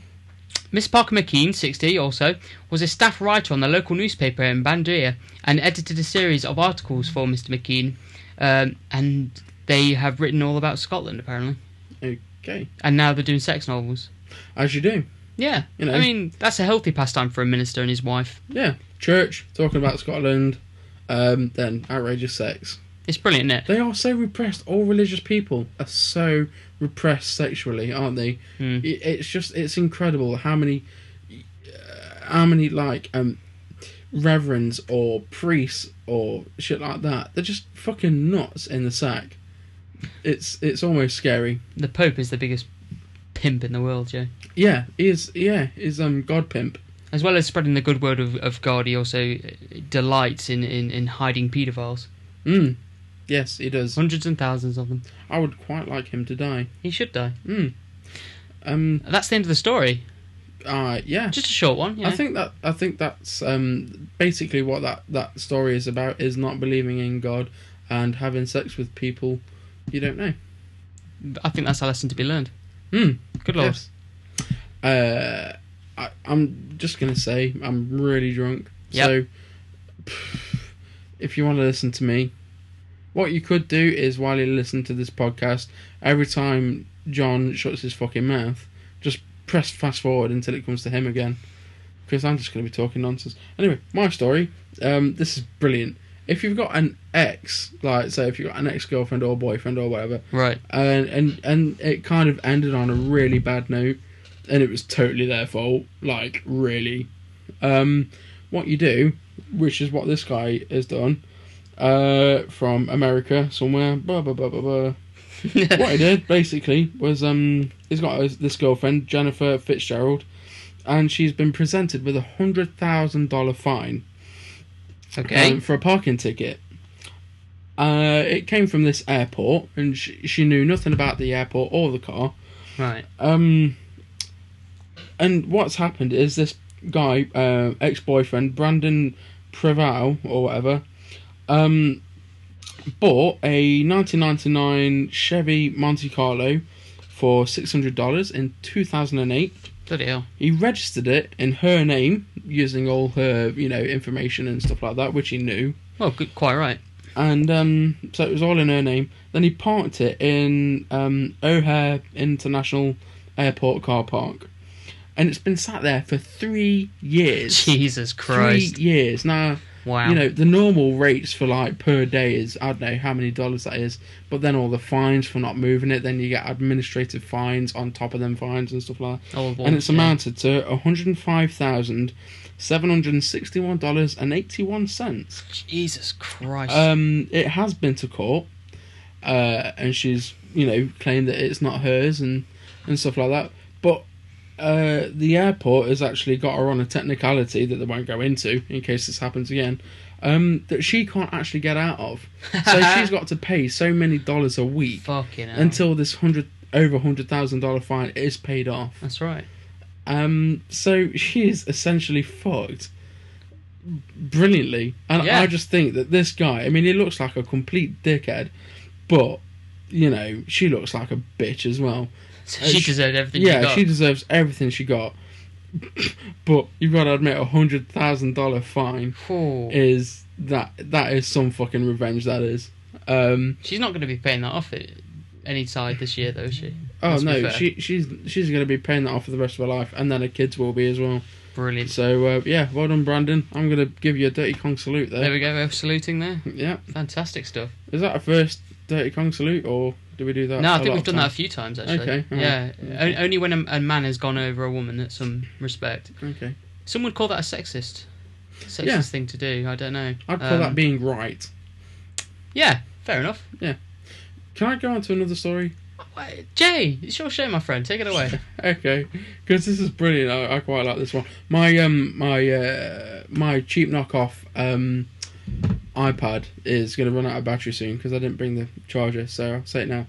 Speaker 2: Miss Parker McKean, 60, also, was a staff writer on the local newspaper in Bandria and edited a series of articles for Mr. McKean. Um, and they have written all about Scotland, apparently.
Speaker 1: Okay,
Speaker 2: And now they're doing sex novels.
Speaker 1: as you do.
Speaker 2: Yeah.
Speaker 1: You know.
Speaker 2: I mean, that's a healthy pastime for a minister and his wife.
Speaker 1: Yeah, church talking about Scotland, um, then outrageous sex.
Speaker 2: It's brilliant, isn't it?
Speaker 1: They are so repressed. All religious people are so repressed sexually, aren't they?
Speaker 2: Hmm.
Speaker 1: I- It's just it's incredible how many, uh, how many like um, reverends or priests or shit like that. They're just fucking nuts in the sack. It's it's almost scary.
Speaker 2: The Pope is the biggest pimp in the world, Joe.
Speaker 1: Yeah, he is yeah is um God pimp.
Speaker 2: As well as spreading the good word of, of God, he also uh, delights in, in, in hiding paedophiles.
Speaker 1: Mm. Yes, he does.
Speaker 2: Hundreds and thousands of them.
Speaker 1: I would quite like him to die.
Speaker 2: He should die.
Speaker 1: Mm. Um.
Speaker 2: That's the end of the story.
Speaker 1: Uh. Yeah.
Speaker 2: Just a short one. You know?
Speaker 1: I think that I think that's um, basically what that, that story is about is not believing in God and having sex with people you don't know.
Speaker 2: I think that's a lesson to be learned.
Speaker 1: Hmm.
Speaker 2: Good lord.
Speaker 1: Yes. Uh, I, I'm just gonna say I'm really drunk.
Speaker 2: Yep.
Speaker 1: So, if you want to listen to me, what you could do is while you listen to this podcast, every time John shuts his fucking mouth, just press fast forward until it comes to him again, because I'm just gonna be talking nonsense. Anyway, my story. Um, this is brilliant. If you've got an ex, like say if you've got an ex girlfriend or boyfriend or whatever,
Speaker 2: Right.
Speaker 1: and and and it kind of ended on a really bad note, and it was totally their fault. Like really, um, what you do, which is what this guy has done, uh, from America somewhere, blah blah blah blah blah. what he did basically was um, he's got his, this girlfriend Jennifer Fitzgerald, and she's been presented with a hundred thousand dollar fine
Speaker 2: Okay.
Speaker 1: um, for a parking ticket. Uh, it came from this airport, and she, she knew nothing about the airport or the car.
Speaker 2: right.
Speaker 1: Um, and what's happened is this guy, uh, ex boyfriend Brandon Preval or whatever, um, bought a 1999 Chevy Monte Carlo for $600 in 2008.
Speaker 2: Bloody hell.
Speaker 1: He registered it in her name using all her, you know, information and stuff like that, which he knew.
Speaker 2: Well, good, quite right.
Speaker 1: And um, so it was all in her name. Then he parked it in um, O'Hare International Airport car park. And it's been sat there for three years.
Speaker 2: Jesus Christ.
Speaker 1: Three years. Now,
Speaker 2: wow.
Speaker 1: you know, the normal rates for like per day is I don't know how many dollars that is, but then all the fines for not moving it, then you get administrative fines on top of them fines and stuff like that.
Speaker 2: All
Speaker 1: and
Speaker 2: at once,
Speaker 1: it's
Speaker 2: Oh, yeah.
Speaker 1: amounted to one hundred five thousand seven hundred sixty one dollars and eighty one cents.
Speaker 2: Jesus Christ.
Speaker 1: Um, it has been to court, uh, and she's you know claimed that it's not hers and and stuff like that. But uh, the airport has actually got her on a technicality that they won't go into in case this happens again. Um, that she can't actually get out of, so she's got to pay so many dollars a week
Speaker 2: Fucking hell.
Speaker 1: until this hundred over hundred thousand dollar fine is paid off.
Speaker 2: That's right.
Speaker 1: Um, so she is essentially fucked brilliantly, and
Speaker 2: Yeah.
Speaker 1: I just think that this guy—I mean, he looks like a complete dickhead, but you know, she looks like a bitch as well.
Speaker 2: So
Speaker 1: Uh,
Speaker 2: she
Speaker 1: sh-
Speaker 2: deserved everything she
Speaker 1: yeah,
Speaker 2: got.
Speaker 1: she deserves everything she got. but you've got to admit, a hundred thousand dollar fine
Speaker 2: Oh.
Speaker 1: is that—that is some fucking revenge. That is. Um,
Speaker 2: She's not going to be paying that off at any side this year, though, is she?
Speaker 1: oh
Speaker 2: Let's be
Speaker 1: no,
Speaker 2: fair.
Speaker 1: she she's she's going to be paying that off for the rest of her life, and then her kids will be as well.
Speaker 2: Brilliant.
Speaker 1: So uh, yeah, well done, Brandon. I'm gonna give you a dirty Kong salute there.
Speaker 2: there we go. We're saluting there.
Speaker 1: Yeah,
Speaker 2: Fantastic stuff.
Speaker 1: is that a first dirty Kong salute, or do we do that?
Speaker 2: no, I
Speaker 1: a
Speaker 2: think
Speaker 1: lot
Speaker 2: we've
Speaker 1: of
Speaker 2: done that a
Speaker 1: times?
Speaker 2: few times actually.
Speaker 1: Okay, all
Speaker 2: yeah,
Speaker 1: right.
Speaker 2: o- only when a, a man has gone over a woman at some respect.
Speaker 1: Okay,
Speaker 2: Some would call that a sexist. Sexist
Speaker 1: Yeah.
Speaker 2: thing to do. I don't know.
Speaker 1: I'd call
Speaker 2: Um,
Speaker 1: that being right.
Speaker 2: Yeah, fair enough.
Speaker 1: Can I go on to another story?
Speaker 2: Wait, Jay, it's your show, my friend. Take it away.
Speaker 1: Okay, because this is brilliant. I, I quite like this one. My um my uh my cheap knockoff um iPad is gonna run out of battery soon because I didn't bring the charger. So I'll say it now.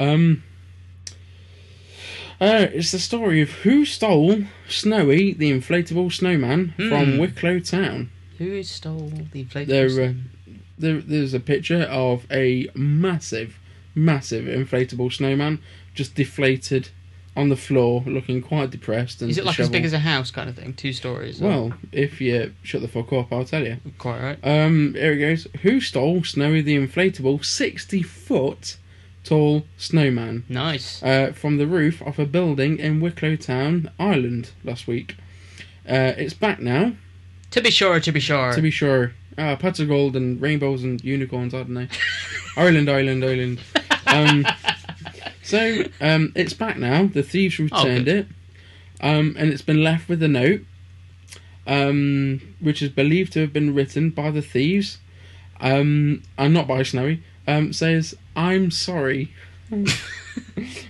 Speaker 1: Um. Uh, it's the story of who stole Snowy, the inflatable snowman,
Speaker 2: Hmm.
Speaker 1: from Wicklow Town.
Speaker 2: Who stole the inflatable?
Speaker 1: There, uh,
Speaker 2: snowman?
Speaker 1: there, there's a picture of a massive, massive inflatable snowman just deflated on the floor, looking quite depressed and
Speaker 2: Is it like as big as
Speaker 1: disheveled.
Speaker 2: a house kind of thing? Two stories. or-
Speaker 1: um, Well, if you shut the fuck up, I'll tell you.
Speaker 2: quite right.
Speaker 1: Um, here it goes. Who stole Snowy the inflatable, sixty foot tall snowman
Speaker 2: Nice.
Speaker 1: uh, from the roof of a building in Wicklow Town, Ireland, last week? Uh, it's back now.
Speaker 2: to be sure. To be sure.
Speaker 1: To be sure. Uh, pots of gold and rainbows and unicorns, I don't know. Ireland, Ireland, Ireland. Um, so um, it's back now. The thieves returned
Speaker 2: good.
Speaker 1: it, um, and it's been left with a note, um, which is believed to have been written by the thieves, um, and not by Snowy. Um, says, "I'm sorry."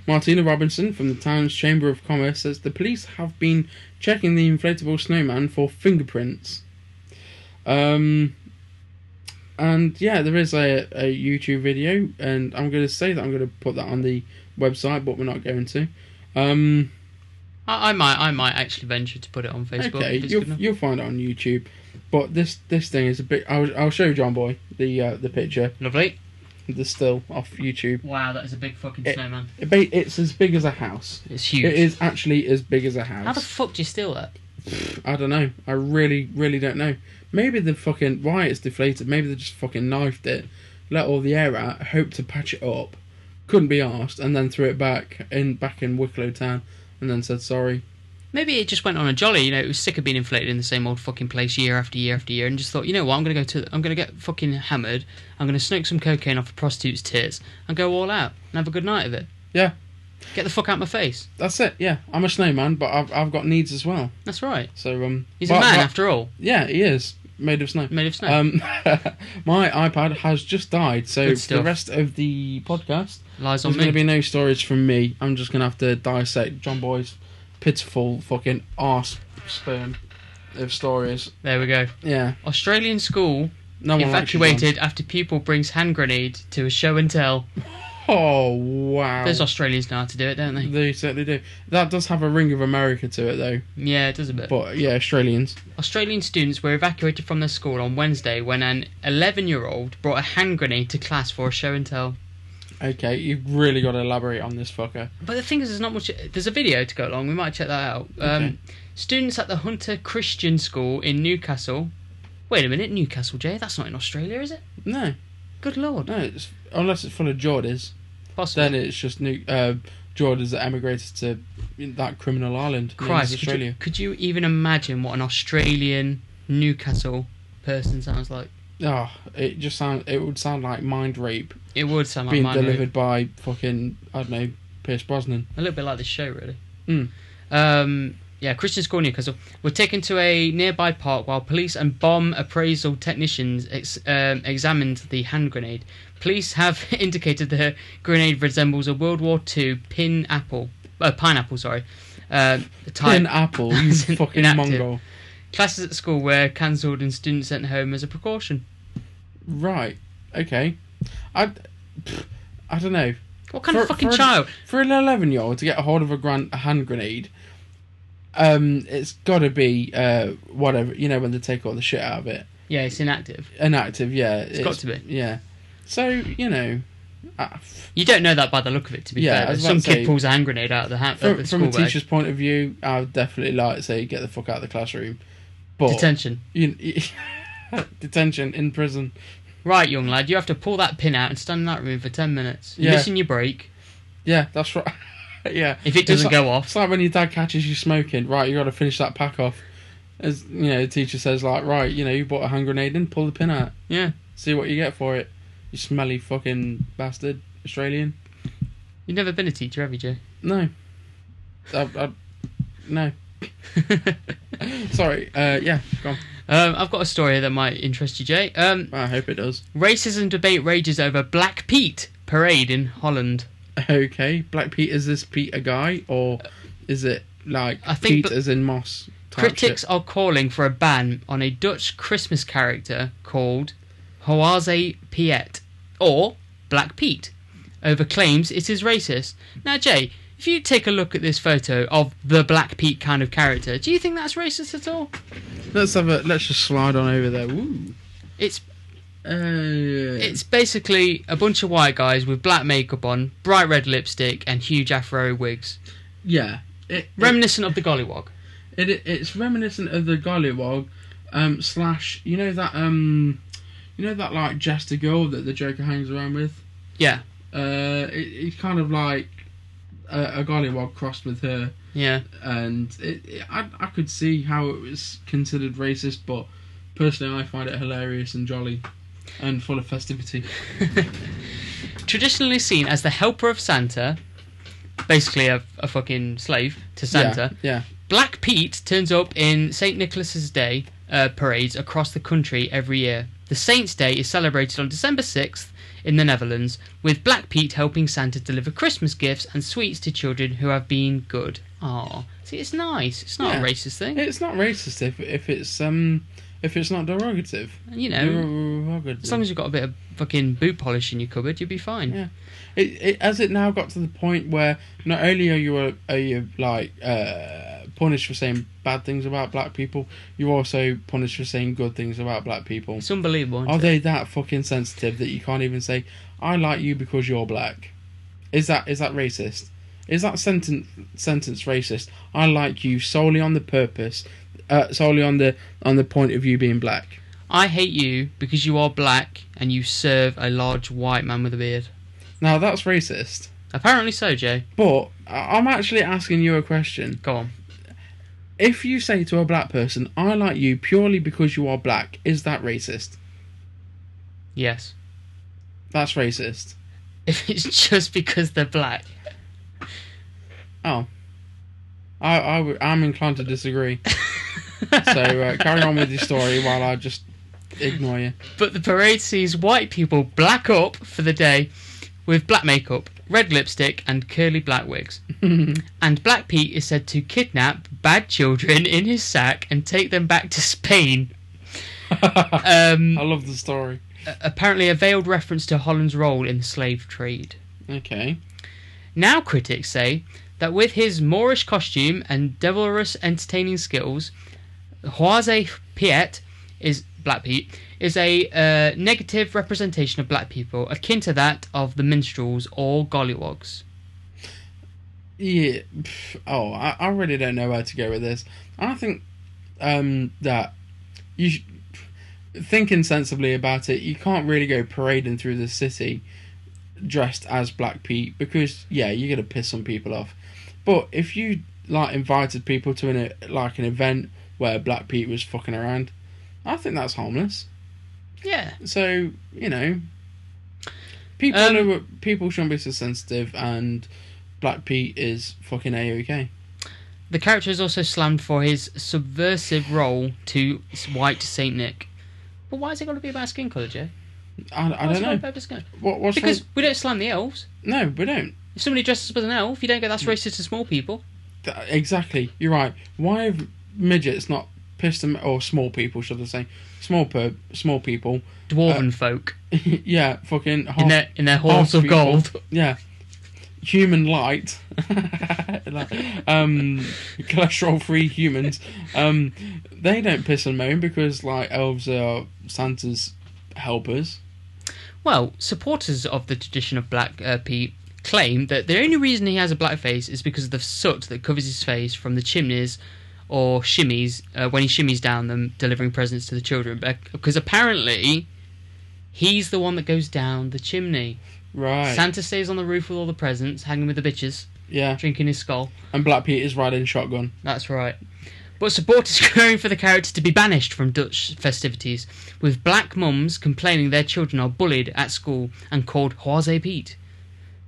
Speaker 1: Martina Robinson from the town's Chamber of Commerce says the police have been checking the inflatable snowman for fingerprints. Um, and yeah, there is a, a YouTube video, and I'm going to say that I'm going to put that on the website, but we're not going to. Um,
Speaker 2: I, I might. I might actually venture to put it on Facebook.
Speaker 1: okay,
Speaker 2: if it's
Speaker 1: you'll,
Speaker 2: good enough.
Speaker 1: you'll find it on YouTube. But this this thing is a bit. I'll, I'll show John Boy the uh, the picture,
Speaker 2: Lovely.
Speaker 1: the still off YouTube.
Speaker 2: Wow, that is a big fucking
Speaker 1: It-
Speaker 2: snowman.
Speaker 1: It, ba- it's as big as a house.
Speaker 2: It's huge.
Speaker 1: It is actually as big as a
Speaker 2: How the
Speaker 1: house.
Speaker 2: fuck do you steal that?
Speaker 1: I don't know. I really, really don't know. Maybe the fucking why it's deflated. Maybe they just fucking knifed it, let all the air out, hoped to patch it up, couldn't be asked, and then threw it back in back in Wicklow town, and then said sorry.
Speaker 2: Maybe it just went on a jolly. You know, it was sick of being inflated in the same old fucking place year after year after year, and just thought, you know what, I'm gonna go to, I'm gonna get fucking hammered. I'm gonna snoke some cocaine off a prostitute's tits and go all out and have a good night of it.
Speaker 1: Yeah,
Speaker 2: Get the fuck out my face.
Speaker 1: that's it. Yeah, I'm a snowman, but I've I've got needs as well.
Speaker 2: That's right.
Speaker 1: So um,
Speaker 2: He's
Speaker 1: but-
Speaker 2: a man
Speaker 1: but-
Speaker 2: after all.
Speaker 1: Yeah, he is made of snow.
Speaker 2: Made of snow.
Speaker 1: Um, my iPad has just died, so
Speaker 2: Good
Speaker 1: for the
Speaker 2: stuff.
Speaker 1: rest of the podcast,
Speaker 2: Lies on
Speaker 1: There's going
Speaker 2: me.
Speaker 1: to be no stories from me. I'm just going to have to dissect John Boy's pitiful fucking arse sperm of stories.
Speaker 2: there we go.
Speaker 1: Yeah.
Speaker 2: Australian school
Speaker 1: No one likes you, John.
Speaker 2: infatuated after pupil brings hand grenade to a show and tell.
Speaker 1: Oh, wow. how
Speaker 2: Those Australians know how to do it, don't they?
Speaker 1: they certainly do. That does have a ring of America to it though.
Speaker 2: Yeah, it does a bit.
Speaker 1: But yeah, Australians.
Speaker 2: Australian students were evacuated from their school on Wednesday when an 11 year old brought a hand grenade to class for a show and tell.
Speaker 1: Okay, you've really got to elaborate on this fucker.
Speaker 2: But the thing is, there's not much. There's a video to go along. We might check that out. Um, students at the Hunter Christian School in Newcastle. Wait a minute, Newcastle, Jay. That's not in Australia, is it?
Speaker 1: No,
Speaker 2: Good lord.
Speaker 1: no, it's unless it's full of Jordans,
Speaker 2: Possibly.
Speaker 1: then it's just new uh, Jordans that emigrated to that criminal island, named
Speaker 2: Christ, could you,
Speaker 1: Australia.
Speaker 2: could you even imagine what an Australian Newcastle person sounds like?
Speaker 1: Oh, it just sound it would sound like mind rape
Speaker 2: It would sound like
Speaker 1: being
Speaker 2: mine,
Speaker 1: delivered by fucking I don't know Pierce Brosnan.
Speaker 2: A little bit like this show, really.
Speaker 1: Mm.
Speaker 2: Um, yeah, Christian School Newcastle were taken to a nearby park while police and bomb appraisal technicians ex- um, examined the hand grenade. Police have indicated the grenade resembles a World War II pin apple, uh, pineapple, sorry. Uh, type.
Speaker 1: Pin apple, you
Speaker 2: It's an
Speaker 1: fucking
Speaker 2: inactive.
Speaker 1: Mongol.
Speaker 2: Classes at school were cancelled and students sent home as a precaution.
Speaker 1: Right. Okay. I. pff, I don't know.
Speaker 2: What kind of
Speaker 1: For-
Speaker 2: fucking
Speaker 1: for an-
Speaker 2: child?
Speaker 1: for an eleven-year-old to get a hold of a, gran- a hand grenade, um, it's got to be uh, whatever you know when they take all the shit out of it.
Speaker 2: Yeah, it's inactive.
Speaker 1: Inactive, yeah. It's,
Speaker 2: got to be.
Speaker 1: Yeah. So you know, uh, f-
Speaker 2: You don't know that by the look of it, to be
Speaker 1: Yeah, I
Speaker 2: fair.
Speaker 1: was about
Speaker 2: Some
Speaker 1: to
Speaker 2: kid
Speaker 1: say-
Speaker 2: pulls a hand grenade out of the hat of
Speaker 1: from, from
Speaker 2: the
Speaker 1: a
Speaker 2: school bag.
Speaker 1: teacher's point of view, I would definitely like to say get the fuck out of the classroom. But
Speaker 2: Detention.
Speaker 1: you, you- detention in prison.
Speaker 2: Right, young lad, you have to pull that pin out and stand in that room for 10 minutes. You're
Speaker 1: Yeah.
Speaker 2: missing your break.
Speaker 1: Yeah, that's right. yeah.
Speaker 2: If it
Speaker 1: It's
Speaker 2: doesn't
Speaker 1: like-
Speaker 2: go off.
Speaker 1: It's like when your dad catches you smoking, right? You got to finish that pack off. As you know, the teacher says, like, right, you know, you bought a hand grenade in, pull the pin out,
Speaker 2: Yeah.
Speaker 1: see what you get for it. You smelly fucking bastard, Australian.
Speaker 2: You've never been a teacher, have you, Jay?
Speaker 1: No, I, I, no. Sorry. Uh, yeah, go on.
Speaker 2: Um, I've got a story that might interest you, Jay. Um,
Speaker 1: I hope it does.
Speaker 2: racism debate rages over Black Pete parade in Holland.
Speaker 1: Okay, Black Pete. Is this Pete a guy or is it like
Speaker 2: I think
Speaker 1: Pete
Speaker 2: the-
Speaker 1: as in Moss? type
Speaker 2: Critics
Speaker 1: shit?
Speaker 2: are calling for a ban on a Dutch Christmas character called Hoase Piet or Black Pete over claims it is racist. Now, Jay, if you take a look at this photo of the Black Pete kind of character, do you think that's racist at all?
Speaker 1: Let's have a. Let's just slide on over there. Woo.
Speaker 2: It's
Speaker 1: Uh,
Speaker 2: it's basically a bunch of white guys with black makeup on, bright red lipstick, and huge afro wigs,
Speaker 1: yeah. It, it-
Speaker 2: reminiscent of the Gollywog.
Speaker 1: It, it it's reminiscent of the Gollywog, um slash you know that um you know that like jester girl that the Joker hangs around with.
Speaker 2: Yeah,
Speaker 1: Uh, it, it's kind of like a, a Gollywog crossed with her,
Speaker 2: yeah.
Speaker 1: and it, it I I could see how it was considered racist, but personally I find it hilarious and jolly. And full of festivity.
Speaker 2: Traditionally seen as the helper of Santa, basically a, a fucking slave to Santa.
Speaker 1: Yeah.
Speaker 2: Black Pete turns up in St. Nicholas's Day uh, parades across the country every year. The Saints' Day is celebrated on December 6th in the Netherlands, with Black Pete helping Santa deliver Christmas gifts and sweets to children who have been good. Aw. See, it's nice. It's not a
Speaker 1: Yeah.
Speaker 2: racist thing.
Speaker 1: yeah. It's not racist if if it's um if it's not derogative.
Speaker 2: you
Speaker 1: Mm.
Speaker 2: know,
Speaker 1: Derogative.
Speaker 2: as long as you've got a bit of fucking boot polish in your cupboard, you'll be fine.
Speaker 1: Yeah. It, it has it now got to the point where not only are you a, are you like uh, punished for saying bad things about black people, you're also punished for saying good things about black people.
Speaker 2: It's unbelievable. isn't
Speaker 1: Are
Speaker 2: it?
Speaker 1: they that fucking sensitive that you can't even say I like you because you're black? Is that is that racist? Is that sentence sentence racist? I like you solely on the purpose, uh, solely on the on the point of you being black.
Speaker 2: I hate you because you are black and you serve a large white man with a beard.
Speaker 1: Now that's racist.
Speaker 2: Apparently so, Jay.
Speaker 1: But I- I'm actually asking you a question.
Speaker 2: Go on.
Speaker 1: if you say to a black person, I like you purely because you are black, is that racist?
Speaker 2: Yes.
Speaker 1: That's racist.
Speaker 2: if it's just because they're black.
Speaker 1: Oh. I, I w- I'm inclined to disagree. so uh, carry on with your story while I just ignore you.
Speaker 2: But the parade sees white people black up for the day with black makeup, red lipstick, and curly black wigs. and Black Pete is said to kidnap bad children in his sack and take them back to Spain. um,
Speaker 1: I love the story.
Speaker 2: apparently, a veiled reference to Holland's role in the slave trade.
Speaker 1: Okay.
Speaker 2: Now critics say that with his Moorish costume and devilrous entertaining skills, Huaze Piet is Black Pete is a uh, negative representation of black people, akin to that of the minstrels or golliwogs.
Speaker 1: Yeah. pff, Oh, I, I really don't know where to go with this. And I think um, that you sh- thinking sensibly about it, you can't really go parading through the city dressed as Black Pete because yeah, you're gonna piss some people off. But if you like invited people to an e- like an event where Black Pete was fucking around, I think that's harmless.
Speaker 2: Yeah,
Speaker 1: So you know, people
Speaker 2: Um,
Speaker 1: are, people shouldn't be so sensitive, and Black Pete is fucking aok.
Speaker 2: The character is also slammed for his subversive role to White Saint Nick. But why is it going to be about skin colour, Jay?
Speaker 1: I, I
Speaker 2: Why
Speaker 1: don't
Speaker 2: is it gotta be
Speaker 1: know.
Speaker 2: about skin-
Speaker 1: What, what's
Speaker 2: Because
Speaker 1: wrong-
Speaker 2: we don't slam the elves.
Speaker 1: No, we don't.
Speaker 2: If somebody dresses up as an elf, you don't go, that's
Speaker 1: Mm.
Speaker 2: racist to small people.
Speaker 1: Th- exactly. You're right. Why have midgets not pissed them or small people? Should I say small per small people?
Speaker 2: Dwarven
Speaker 1: Uh,
Speaker 2: folk
Speaker 1: yeah, fucking half,
Speaker 2: in their in their
Speaker 1: half
Speaker 2: horse of
Speaker 1: people.
Speaker 2: gold.
Speaker 1: Yeah, human light. Like, um, cholesterol free humans. Um, they don't piss and moan because like elves are Santa's helpers.
Speaker 2: Well, supporters of the tradition of Black uh, Pete claim that the only reason he has a black face is because of the soot that covers his face from the chimneys or shimmies uh, when he shimmies down them, delivering presents to the children. Because apparently, he's the one that goes down the chimney.
Speaker 1: Right.
Speaker 2: Santa stays on the roof with all the presents, hanging with the bitches,
Speaker 1: yeah.
Speaker 2: drinking his skull.
Speaker 1: And Black Pete is riding shotgun.
Speaker 2: That's right. But supporters clamoring for the character to be banished from Dutch festivities, with black mums complaining their children are bullied at school and called Hoise Pete.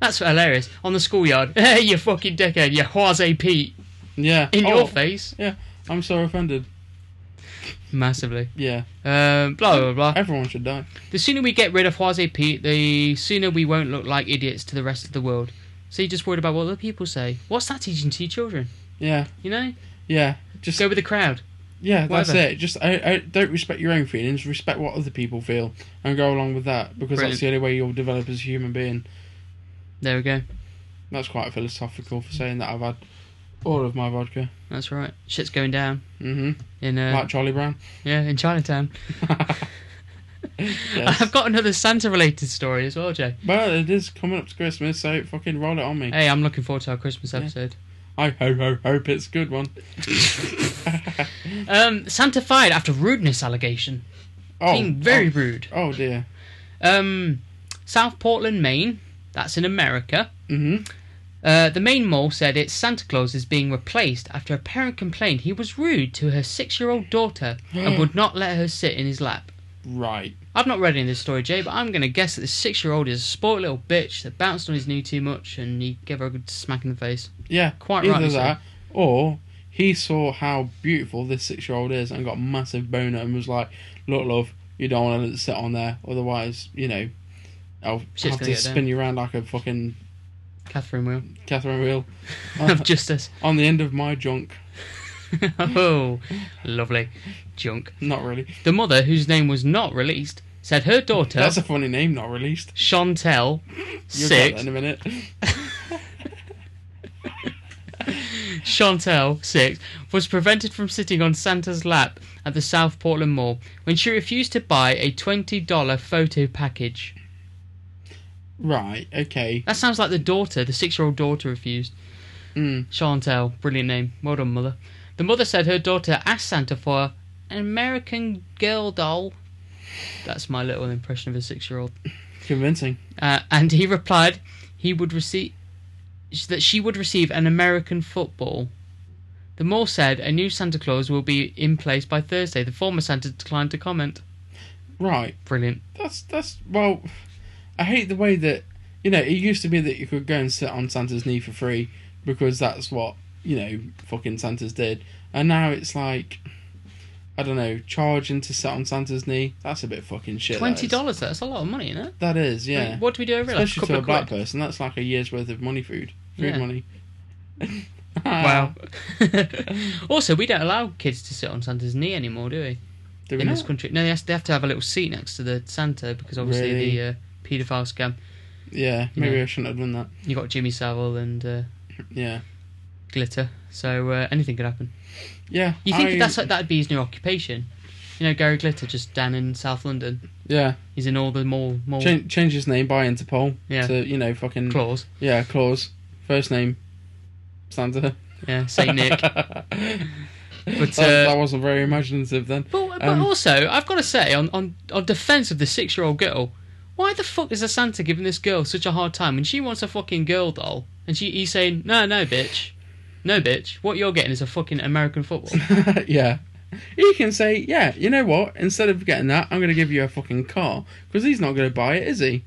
Speaker 2: That's hilarious. On the schoolyard, hey, you fucking dickhead, you Hoise Pete.
Speaker 1: Yeah.
Speaker 2: In
Speaker 1: Oh,
Speaker 2: your face.
Speaker 1: Yeah. I'm so offended.
Speaker 2: Massively.
Speaker 1: Yeah.
Speaker 2: Um, blah, blah, blah.
Speaker 1: Everyone should die.
Speaker 2: The sooner we get rid of Hoise Pete, the sooner we won't look like idiots to the rest of the world. So you're just worried about what other people say. What's that teaching to your children?
Speaker 1: Yeah.
Speaker 2: You know?
Speaker 1: Yeah. Just
Speaker 2: Go with the crowd.
Speaker 1: Yeah, that's
Speaker 2: Whatever.
Speaker 1: it. Just I, I don't respect your own feelings. Respect what other people feel, and go along with that because
Speaker 2: Brilliant.
Speaker 1: that's the only way you'll develop as a human being.
Speaker 2: There we go.
Speaker 1: That's quite philosophical for saying that. I've had all of my vodka.
Speaker 2: That's right. Shit's going down.
Speaker 1: hmm
Speaker 2: In, uh,
Speaker 1: Like Charlie Brown.
Speaker 2: Yeah, in Chinatown.
Speaker 1: Yes.
Speaker 2: I've got another Santa related story as well, Jay.
Speaker 1: well, it is coming up to Christmas, so fucking roll it on me.
Speaker 2: Hey, I'm looking forward to our Christmas episode.
Speaker 1: I ho ho hope it's a good one.
Speaker 2: Um, Santa fired after rudeness allegation.
Speaker 1: Oh,
Speaker 2: Being very
Speaker 1: oh,
Speaker 2: rude.
Speaker 1: Oh dear.
Speaker 2: Um, South Portland, Maine. That's in America.
Speaker 1: hmm
Speaker 2: Uh, the Maine Mall said its Santa Claus is being replaced after a parent complained he was rude to her six-year-old daughter and would not let her sit in his lap.
Speaker 1: Right.
Speaker 2: I've not read any of this story, Jay, but I'm going to guess that the six-year-old is a spoilt little bitch that bounced on his knee too much and he gave her a good smack in the face.
Speaker 1: Yeah.
Speaker 2: Quite
Speaker 1: Either
Speaker 2: rightly so.
Speaker 1: that, or he saw how beautiful this six-year-old is and got massive boner and was like, "Look, love, you don't want to sit on there, otherwise, you know, I'll
Speaker 2: Shit's
Speaker 1: have
Speaker 2: gonna
Speaker 1: to
Speaker 2: get down."
Speaker 1: spin you around like a fucking
Speaker 2: Catherine Wheel
Speaker 1: Catherine wheel Oh.
Speaker 2: of Justice.
Speaker 1: on the end of my junk."
Speaker 2: oh, lovely junk.
Speaker 1: Not really.
Speaker 2: The mother, whose name was not released, said her daughter,
Speaker 1: That's a funny name, not released.
Speaker 2: Chantel,
Speaker 1: You'll get
Speaker 2: six,
Speaker 1: that in a minute.
Speaker 2: Chantel, six, was prevented from sitting on Santa's lap at the South Portland Mall when she refused to buy a $20 photo package.
Speaker 1: Right. Okay.
Speaker 2: That sounds like the daughter, the six year old daughter refused.
Speaker 1: Mm.
Speaker 2: Chantel, brilliant name. Well done, mother. The mother said her daughter asked Santa for an American girl doll. That's my little impression of a six year old.
Speaker 1: Convincing.
Speaker 2: Uh, and he replied he would receive that she would receive an American football. The mall said a new Santa Claus will be in place by Thursday. The former Santa declined to comment.
Speaker 1: Right.
Speaker 2: Brilliant.
Speaker 1: That's that's well. I hate the way that you know it used to be that you could go and sit on Santa's knee for free because that's what you know fucking Santa's did, and now it's like I don't know charging to sit on Santa's knee. That's a bit fucking shit. that is.
Speaker 2: Twenty dollars. That's a lot of money, isn't it?
Speaker 1: That is, yeah.
Speaker 2: What do we do over here? Like
Speaker 1: Especially to a
Speaker 2: of
Speaker 1: black
Speaker 2: quid?
Speaker 1: person, that's like a year's worth of money food, food
Speaker 2: Yeah.
Speaker 1: money.
Speaker 2: Wow. also, we don't allow kids to sit on Santa's knee anymore, do we?
Speaker 1: Do we
Speaker 2: in
Speaker 1: not?
Speaker 2: this country, no, they has- they have to have a little seat next to the Santa because obviously
Speaker 1: Really?
Speaker 2: the uh, paedophile scam.
Speaker 1: Yeah, maybe
Speaker 2: Yeah.
Speaker 1: I shouldn't have done that.
Speaker 2: You got Jimmy Savile and uh,
Speaker 1: Yeah,
Speaker 2: Glitter, so uh, anything could happen.
Speaker 1: yeah.
Speaker 2: You think
Speaker 1: I-
Speaker 2: that's that'd be his new occupation? You know, Gary Glitter just down in South London.
Speaker 1: yeah.
Speaker 2: He's in all the mall mall
Speaker 1: Change, change his name by Interpol
Speaker 2: Yeah.
Speaker 1: to you know fucking
Speaker 2: claws.
Speaker 1: yeah claws first name Santa.
Speaker 2: Yeah, Saint Nick. But,
Speaker 1: That, that
Speaker 2: uh,
Speaker 1: wasn't very imaginative then.
Speaker 2: but but
Speaker 1: um,
Speaker 2: also, I've got to say, on on, on defence of the six year old girl, why the fuck is a Santa giving this girl such a hard time when she wants a fucking girl doll and she he's saying no no bitch, no bitch. What you're getting is a fucking American football.
Speaker 1: yeah. He can say, yeah, you know what? Instead of getting that, I'm going to give you a fucking car because he's not going to buy it, is he?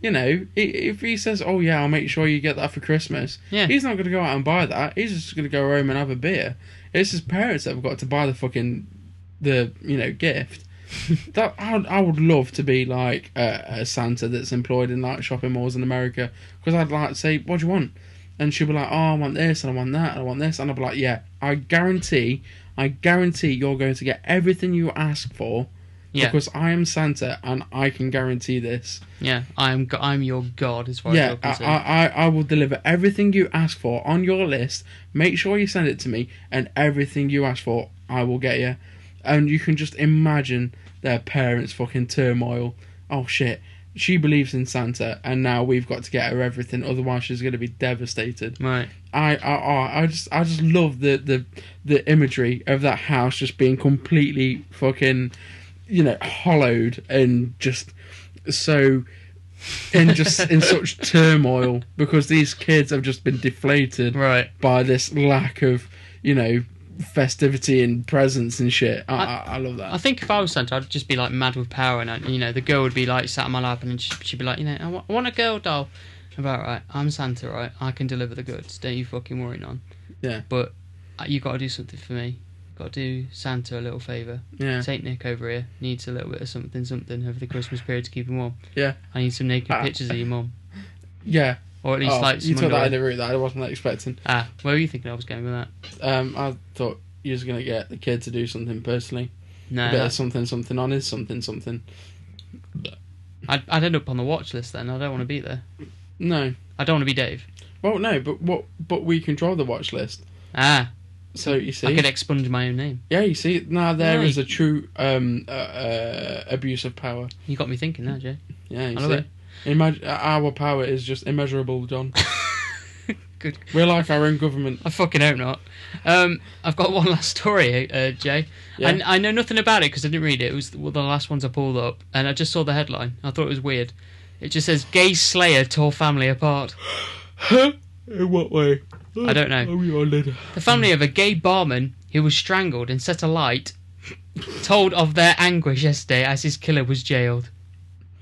Speaker 1: You know, i- if he says, oh yeah, I'll make sure you get that for Christmas,
Speaker 2: Yeah.
Speaker 1: he's not going to go out and buy that. He's just going to go home and have a beer. It's his parents that have got to buy the fucking the you know gift. that I would, I would love to be like a, a Santa that's employed in like shopping malls in America because I'd like to say, what do you want? And she'll be like, oh, I want this and I want that and I want this and I'll be like, yeah, I guarantee, I guarantee you're going to get everything you ask for
Speaker 2: Yeah.
Speaker 1: because I am Santa and I can guarantee this.
Speaker 2: Yeah, I'm go- I'm your god as far as
Speaker 1: Yeah,
Speaker 2: you're
Speaker 1: I,
Speaker 2: concerned.
Speaker 1: I, I- I will deliver everything you ask for on your list. Make sure you send it to me, and everything you ask for, I will get you. And you can just imagine their parents' fucking turmoil. Oh shit, she believes in Santa, and now we've got to get her everything, otherwise she's going to be devastated.
Speaker 2: right.
Speaker 1: I, I, I- I just, I just love the, the, the imagery of that house just being completely fucking, you know, hollowed and just so, and just in such turmoil because these kids have just been deflated
Speaker 2: Right.
Speaker 1: by this lack of, you know, festivity and presence and shit. I, I,
Speaker 2: I-
Speaker 1: I love that.
Speaker 2: I think if I was Santa, I'd just be like mad with power, and I, you know, the girl would be like sat on my lap, and she- she'd be like, you know, I wa- I want a girl doll. About right, I'm Santa, right? I can deliver the goods. Don't you fucking worry, none.
Speaker 1: Yeah.
Speaker 2: But uh, you got to do something for me. Got to do Santa a little favour.
Speaker 1: yeah,
Speaker 2: Saint Nick over here needs a little bit of something, something over the Christmas period to keep him warm.
Speaker 1: Yeah.
Speaker 2: I need some naked
Speaker 1: Ah.
Speaker 2: pictures of your mum,
Speaker 1: yeah.
Speaker 2: or at least
Speaker 1: Oh,
Speaker 2: like some
Speaker 1: you took that
Speaker 2: underwear.
Speaker 1: in the route that I wasn't expecting.
Speaker 2: Ah, where were you thinking I was going with that?
Speaker 1: Um, I thought you was gonna get the kid to do something personally.
Speaker 2: No,
Speaker 1: bit of
Speaker 2: that's-
Speaker 1: something something on his something something.
Speaker 2: I'd, I'd end up on the watch list then. I don't want to be there.
Speaker 1: No.
Speaker 2: I don't want to be Dave.
Speaker 1: Well, no, but what? But we control the watch list.
Speaker 2: Ah,
Speaker 1: So you see,
Speaker 2: I could expunge my own name.
Speaker 1: yeah, you see, now there
Speaker 2: Right.
Speaker 1: is a true um, uh, uh, abuse of power.
Speaker 2: You got me thinking now, Jay.
Speaker 1: Yeah, you
Speaker 2: I love
Speaker 1: see,
Speaker 2: it.
Speaker 1: Imag- our power is just immeasurable, John.
Speaker 2: Good.
Speaker 1: We're like our own government.
Speaker 2: I fucking hope not. Um, I've got one last story, uh, Jay.
Speaker 1: Yeah.
Speaker 2: And I know nothing about it because I didn't read it. It was the- one of the last ones I pulled up, and I just saw the headline. I thought it was weird. It just says "Gay Slayer tore family apart."
Speaker 1: In what way?
Speaker 2: I don't know.
Speaker 1: we are led.
Speaker 2: The family of a gay barman who was strangled and set alight told of their anguish yesterday as his killer was jailed.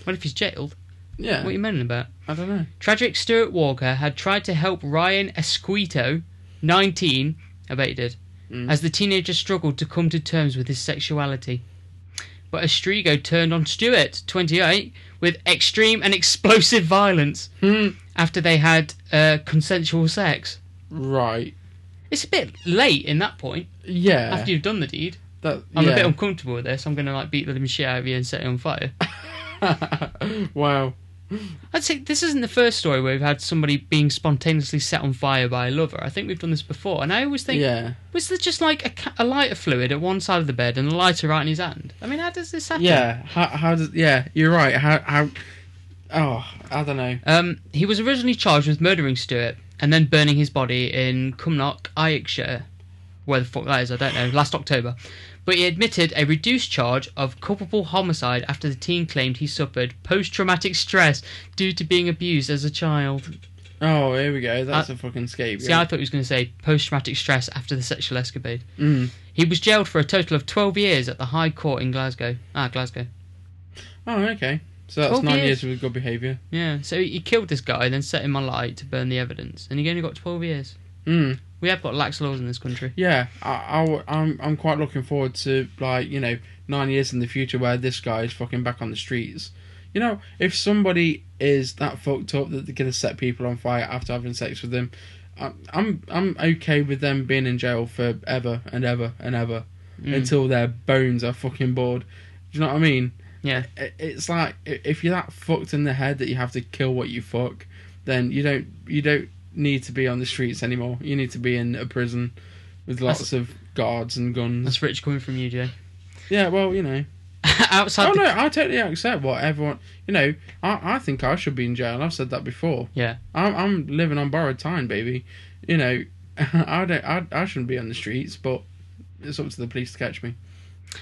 Speaker 2: What if he's jailed?
Speaker 1: Yeah,
Speaker 2: What are you moaning about?
Speaker 1: I don't know.
Speaker 2: Tragic Stuart Walker had tried to help Ryan Esquito, 19, I bet he did,
Speaker 1: Mm.
Speaker 2: as the teenager struggled to come to terms with his sexuality. But Estrigo turned on Stewart, 28, with extreme and explosive violence
Speaker 1: Hmm.
Speaker 2: after they had uh, consensual sex.
Speaker 1: Right.
Speaker 2: It's a bit late in that point
Speaker 1: Yeah.
Speaker 2: after you've done the deed.
Speaker 1: that,
Speaker 2: I'm
Speaker 1: yeah.
Speaker 2: a bit uncomfortable with this. I'm gonna like beat the living shit out of you and set it on fire.
Speaker 1: wow.
Speaker 2: I'd say this isn't the first story where we've had somebody being spontaneously set on fire by a lover. I think we've done this before, and I always think,
Speaker 1: Yeah.
Speaker 2: was there just like a, ca- a lighter fluid at one side of the bed and a lighter right in his hand? I mean, how does this happen?
Speaker 1: Yeah. How? How does? Yeah. You're right. How? How? Oh, I don't know.
Speaker 2: Um, he was originally charged with murdering Stuart and then burning his body in Cumnock, Ayrshire, where the fuck that is, I don't know, last October. But he admitted a reduced charge of culpable homicide after the teen claimed he suffered post-traumatic stress due to being abused as a child.
Speaker 1: Oh, here we go. That's a fucking scapegoat.
Speaker 2: Uh, See, I thought he was going to say post traumatic stress after the sexual escapade. Mm. He was jailed for a total of 12 years at the High Court in Glasgow. Ah, Glasgow.
Speaker 1: Oh, okay. So that's
Speaker 2: Twelve
Speaker 1: nine
Speaker 2: years.
Speaker 1: years with good behaviour.
Speaker 2: Yeah, so he killed this guy, then set him on light to burn the evidence, and he only got 12 years.
Speaker 1: Mm.
Speaker 2: We have got lax laws in this country.
Speaker 1: Yeah, I, am I'm quite looking forward to like you know nine years in the future where this guy is fucking back on the streets. You know, if somebody is that fucked up that they're gonna set people on fire after having sex with them, I- I'm I'm okay with them being in jail for
Speaker 2: Hmm.
Speaker 1: ever and ever and ever until their bones are fucking bored. Do you know what I mean?
Speaker 2: Yeah.
Speaker 1: it- it's like i- if you're that fucked in the head that you have to kill what you fuck, then you don't you don't need to be on the streets anymore. You need to be in a prison with lots of guards and guns.
Speaker 2: That's rich coming from you, Jay.
Speaker 1: Yeah, well, you know.
Speaker 2: Outside
Speaker 1: Oh
Speaker 2: the
Speaker 1: no, I totally accept what everyone. You know, I I think I should be in jail. I've said that before.
Speaker 2: Yeah.
Speaker 1: I'm I'm living on borrowed time, baby. You know, I don't I I shouldn't be on the streets, but it's up to the police to catch me.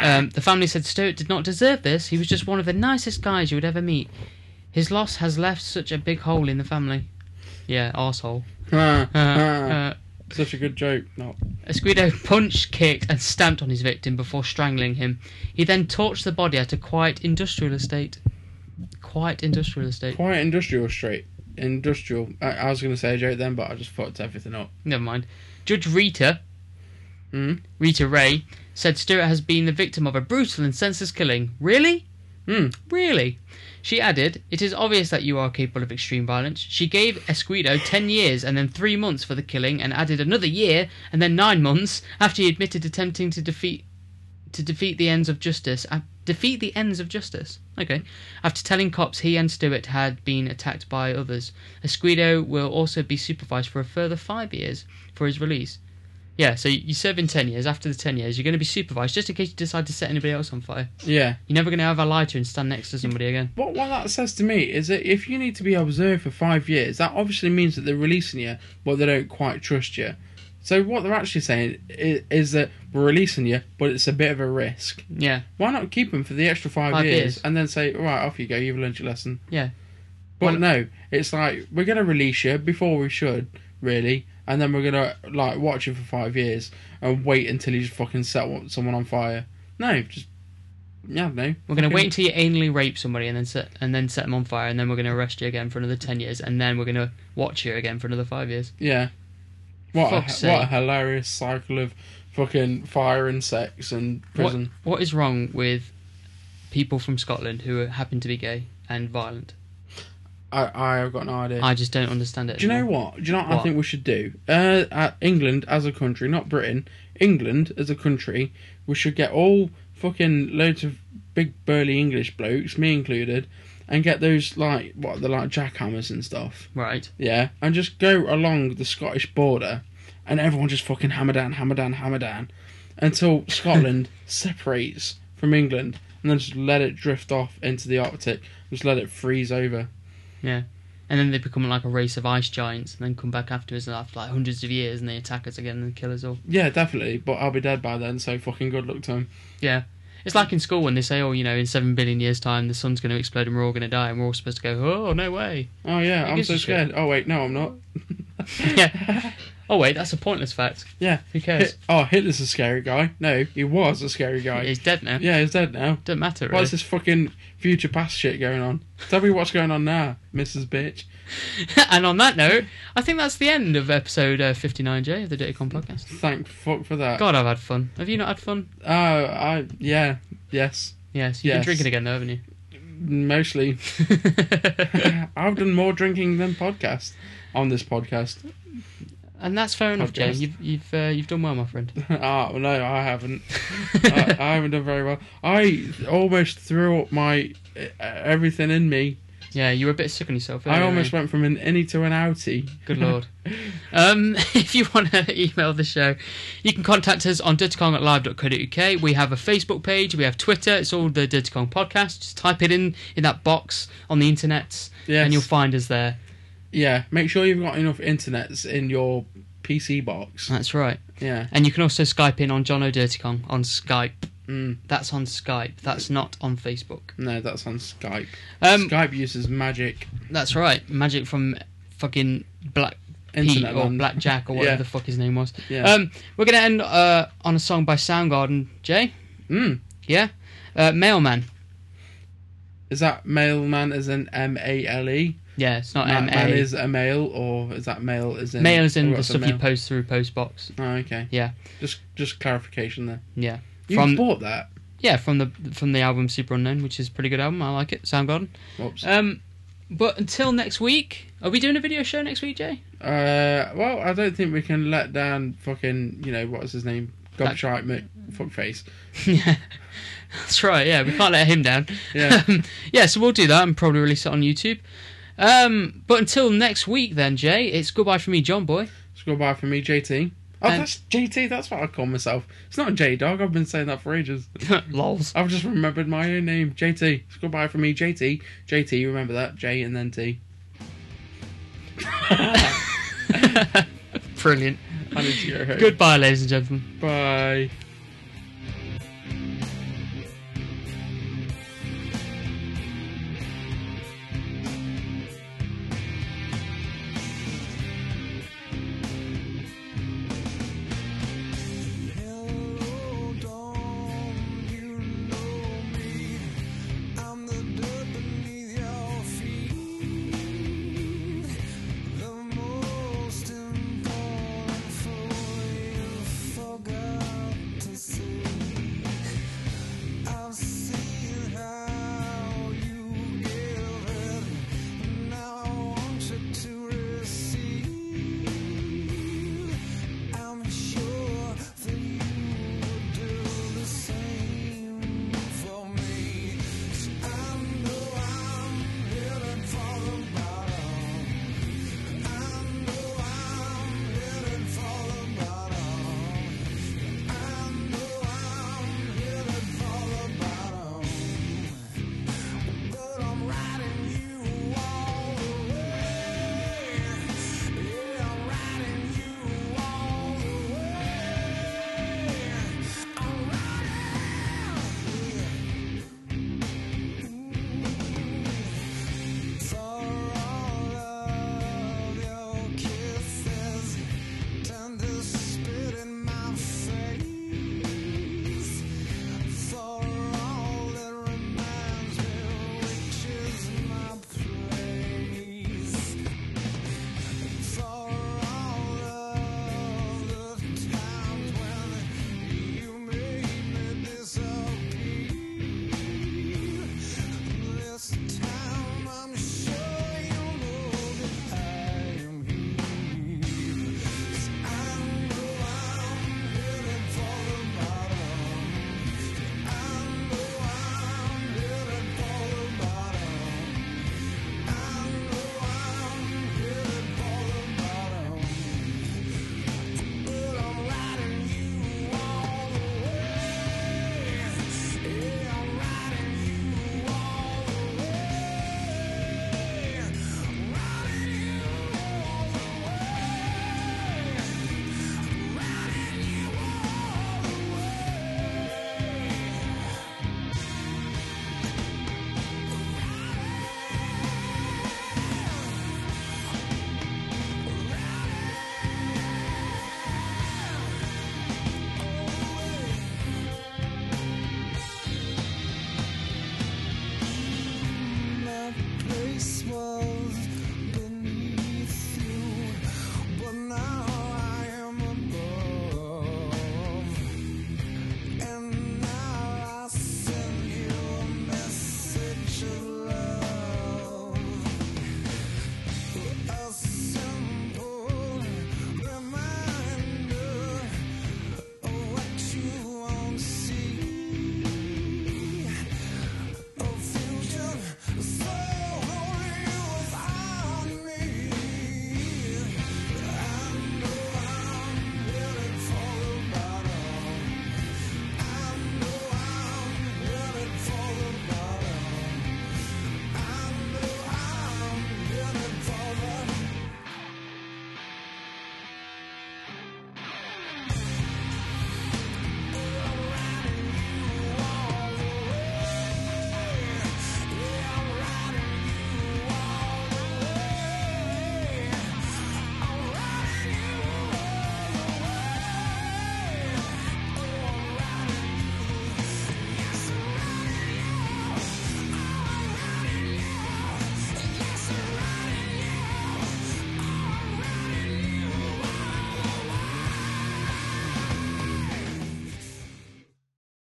Speaker 2: Um, the family said Stewart did not deserve this. He was just one of the nicest guys you would ever meet. His loss has left such a big hole in the family. Yeah, arsehole.
Speaker 1: Ah,
Speaker 2: Uh,
Speaker 1: ah,
Speaker 2: uh,
Speaker 1: Such a good joke. No.
Speaker 2: Esquido punched, kicked, and stamped on his victim before strangling him. He then torched the body at a quiet industrial estate. Quiet industrial estate.
Speaker 1: Quiet industrial street. Industrial. I, I was going to say a joke then, but I just fucked everything up.
Speaker 2: Never mind. Judge Rita, hmm,
Speaker 1: Mm.
Speaker 2: Rita Ray, said Stewart has been the victim of a brutal and senseless killing. Really?
Speaker 1: Hmm.
Speaker 2: Really? She added, It is obvious that you are capable of extreme violence. She gave Esquido 10 years and then 3 months for the killing and added another year and then 9 months after he admitted to attempting to defeat to defeat the ends of justice. Uh, defeat the ends of justice. Okay. After telling cops he and Stewart had been attacked by others. Esquido will also be supervised for a further 5 years for his release. Yeah, so you serve in 10 years. After the 10 years, you're going to be supervised just in case you decide to set anybody else on fire.
Speaker 1: Yeah.
Speaker 2: You're never going to have a lighter and stand next to somebody again.
Speaker 1: What what that says to me is that if you need to be observed for five years, that obviously means that they're releasing you, but they don't quite trust you. So what they're actually saying is, is that we're releasing you, but it's a bit of a risk.
Speaker 2: Yeah,
Speaker 1: Why not keep them for the extra five,
Speaker 2: Five
Speaker 1: years,
Speaker 2: years.
Speaker 1: and then say, all right, off you go, you've learned your lesson.
Speaker 2: yeah.
Speaker 1: But
Speaker 2: Well-
Speaker 1: no, it's like we're gonna release you before we should, really, and then we're gonna like watch you for five years and wait until you just fucking set one- someone on fire. No, just yeah, no.
Speaker 2: We're going to wait until you anally rape somebody and then set and then set them on fire, and then we're going to arrest you again for another ten years, and then we're going to watch you again for another five years.
Speaker 1: Yeah. What a,
Speaker 2: Fuck's
Speaker 1: what a
Speaker 2: sake.
Speaker 1: hilarious cycle of fucking fire and sex and prison.
Speaker 2: What, what is wrong with people from Scotland who happen to be gay and violent?
Speaker 1: I I have got no idea.
Speaker 2: I just don't understand it.
Speaker 1: do you know
Speaker 2: anymore.
Speaker 1: what? Do you know what, I
Speaker 2: What?
Speaker 1: think we should do? Uh, uh, England as a country, not Britain. England as a country, we should get all fucking loads of big burly English blokes, me included, and get those like what they're like jackhammers and stuff.
Speaker 2: Right.
Speaker 1: Yeah, and just go along the Scottish border, and everyone just fucking hammer down, hammer down, hammer down, until Scotland separates from England, and then just let it drift off into the Arctic, just let it freeze over.
Speaker 2: Yeah. And then they become like a race of ice giants, and then come back after us after like hundreds of years, and they attack us again and kill us all.
Speaker 1: Yeah, definitely, but I'll be dead by then, so fucking good luck to him.
Speaker 2: Yeah. It's like in school when they say, oh, you know, in seven billion years' time, the sun's going to explode and we're all going to die, and we're all supposed to go, oh, no way.
Speaker 1: Oh yeah,
Speaker 2: Who
Speaker 1: I'm
Speaker 2: gives
Speaker 1: so
Speaker 2: a shit?
Speaker 1: scared. Oh wait, no, I'm not.
Speaker 2: yeah. Oh, wait, that's a pointless fact.
Speaker 1: Yeah,
Speaker 2: Who cares?
Speaker 1: Hit- oh, Hitler's a scary guy. No, he was a scary guy.
Speaker 2: He's dead now.
Speaker 1: yeah, he's dead now.
Speaker 2: Doesn't matter,
Speaker 1: Why
Speaker 2: really.
Speaker 1: is this fucking future past shit going on? Tell me what's going on now, Mrs. Bitch.
Speaker 2: and on that note, I think that's the end of episode uh, 59J of the Dirty Con podcast.
Speaker 1: Thank fuck for that.
Speaker 2: God, I've had fun. Have you not had fun?
Speaker 1: Oh, I yeah, yes,
Speaker 2: Yes. You've
Speaker 1: Yes.
Speaker 2: been drinking again, though, haven't you?
Speaker 1: mostly. I've done more drinking than podcast on this podcast.
Speaker 2: and that's fair enough, Jay.
Speaker 1: Podcast.
Speaker 2: You've, you've, uh, you've done well, my friend.
Speaker 1: Ah, well, no, I haven't. I, I haven't done very well. I almost threw up my uh, everything in me.
Speaker 2: Yeah, you were a bit sick on yourself.
Speaker 1: I
Speaker 2: earlier,
Speaker 1: almost
Speaker 2: weren't
Speaker 1: went from an innie to an outie.
Speaker 2: you? Good lord. um, if you want to email the show, you can contact us on dirtycong at live.co.uk. We have a Facebook page, we have Twitter. It's all the Dirty Kong podcast. Just type it in in that box on the internet,
Speaker 1: Yes.
Speaker 2: and you'll find us there.
Speaker 1: Yeah, make sure you've got enough internets in your PC box.
Speaker 2: That's right.
Speaker 1: Yeah,
Speaker 2: And you can also Skype in on John O'Dirtycong on Skype.
Speaker 1: Mm.
Speaker 2: That's on Skype. That's not on Facebook.
Speaker 1: no, that's on Skype.
Speaker 2: Um,
Speaker 1: Skype uses magic.
Speaker 2: That's right. Magic from fucking Black Pete
Speaker 1: Internet
Speaker 2: or
Speaker 1: land.
Speaker 2: Black Jack or whatever
Speaker 1: Yeah.
Speaker 2: the fuck his name was.
Speaker 1: Yeah.
Speaker 2: Um, we're going to end uh, on a song by Soundgarden. Jay?
Speaker 1: Mm.
Speaker 2: Yeah? Uh, Mailman.
Speaker 1: Is that mailman as in M A L E?
Speaker 2: Yeah, it's not
Speaker 1: Man
Speaker 2: M
Speaker 1: man
Speaker 2: A. E.
Speaker 1: is a mail, or is that mail as in
Speaker 2: Mail is in
Speaker 1: or
Speaker 2: the
Speaker 1: what's a
Speaker 2: stuff you
Speaker 1: mail?
Speaker 2: post through Postbox.
Speaker 1: Oh, okay.
Speaker 2: Yeah,
Speaker 1: Just just clarification there.
Speaker 2: yeah.
Speaker 1: You
Speaker 2: From
Speaker 1: bought that?
Speaker 2: yeah, from the from the album Super Unknown, which is a pretty good album. I like it. Soundgarden.
Speaker 1: Whoops.
Speaker 2: Um, but until next week, are we doing a video show next week, Jay?
Speaker 1: Uh, well, I don't think we can let down fucking you know what's his name gobshite, mate, fuckface.
Speaker 2: Yeah, that's right. Yeah, we can't let him down.
Speaker 1: Yeah.
Speaker 2: Um, yeah. So we'll do that and probably release it on YouTube. Um, but until next week, then Jay, it's goodbye for me, John Boy.
Speaker 1: It's goodbye for me, JT. Oh,
Speaker 2: And-
Speaker 1: that's JT. That's what I call myself. It's not J Dog. I've been saying that for ages.
Speaker 2: Lols.
Speaker 1: I've just remembered my own name, JT. It's goodbye for me, JT. JT, you remember that? J and then T.
Speaker 2: Brilliant.
Speaker 1: I need to go home.
Speaker 2: Goodbye, ladies and gentlemen.
Speaker 1: Goodbye.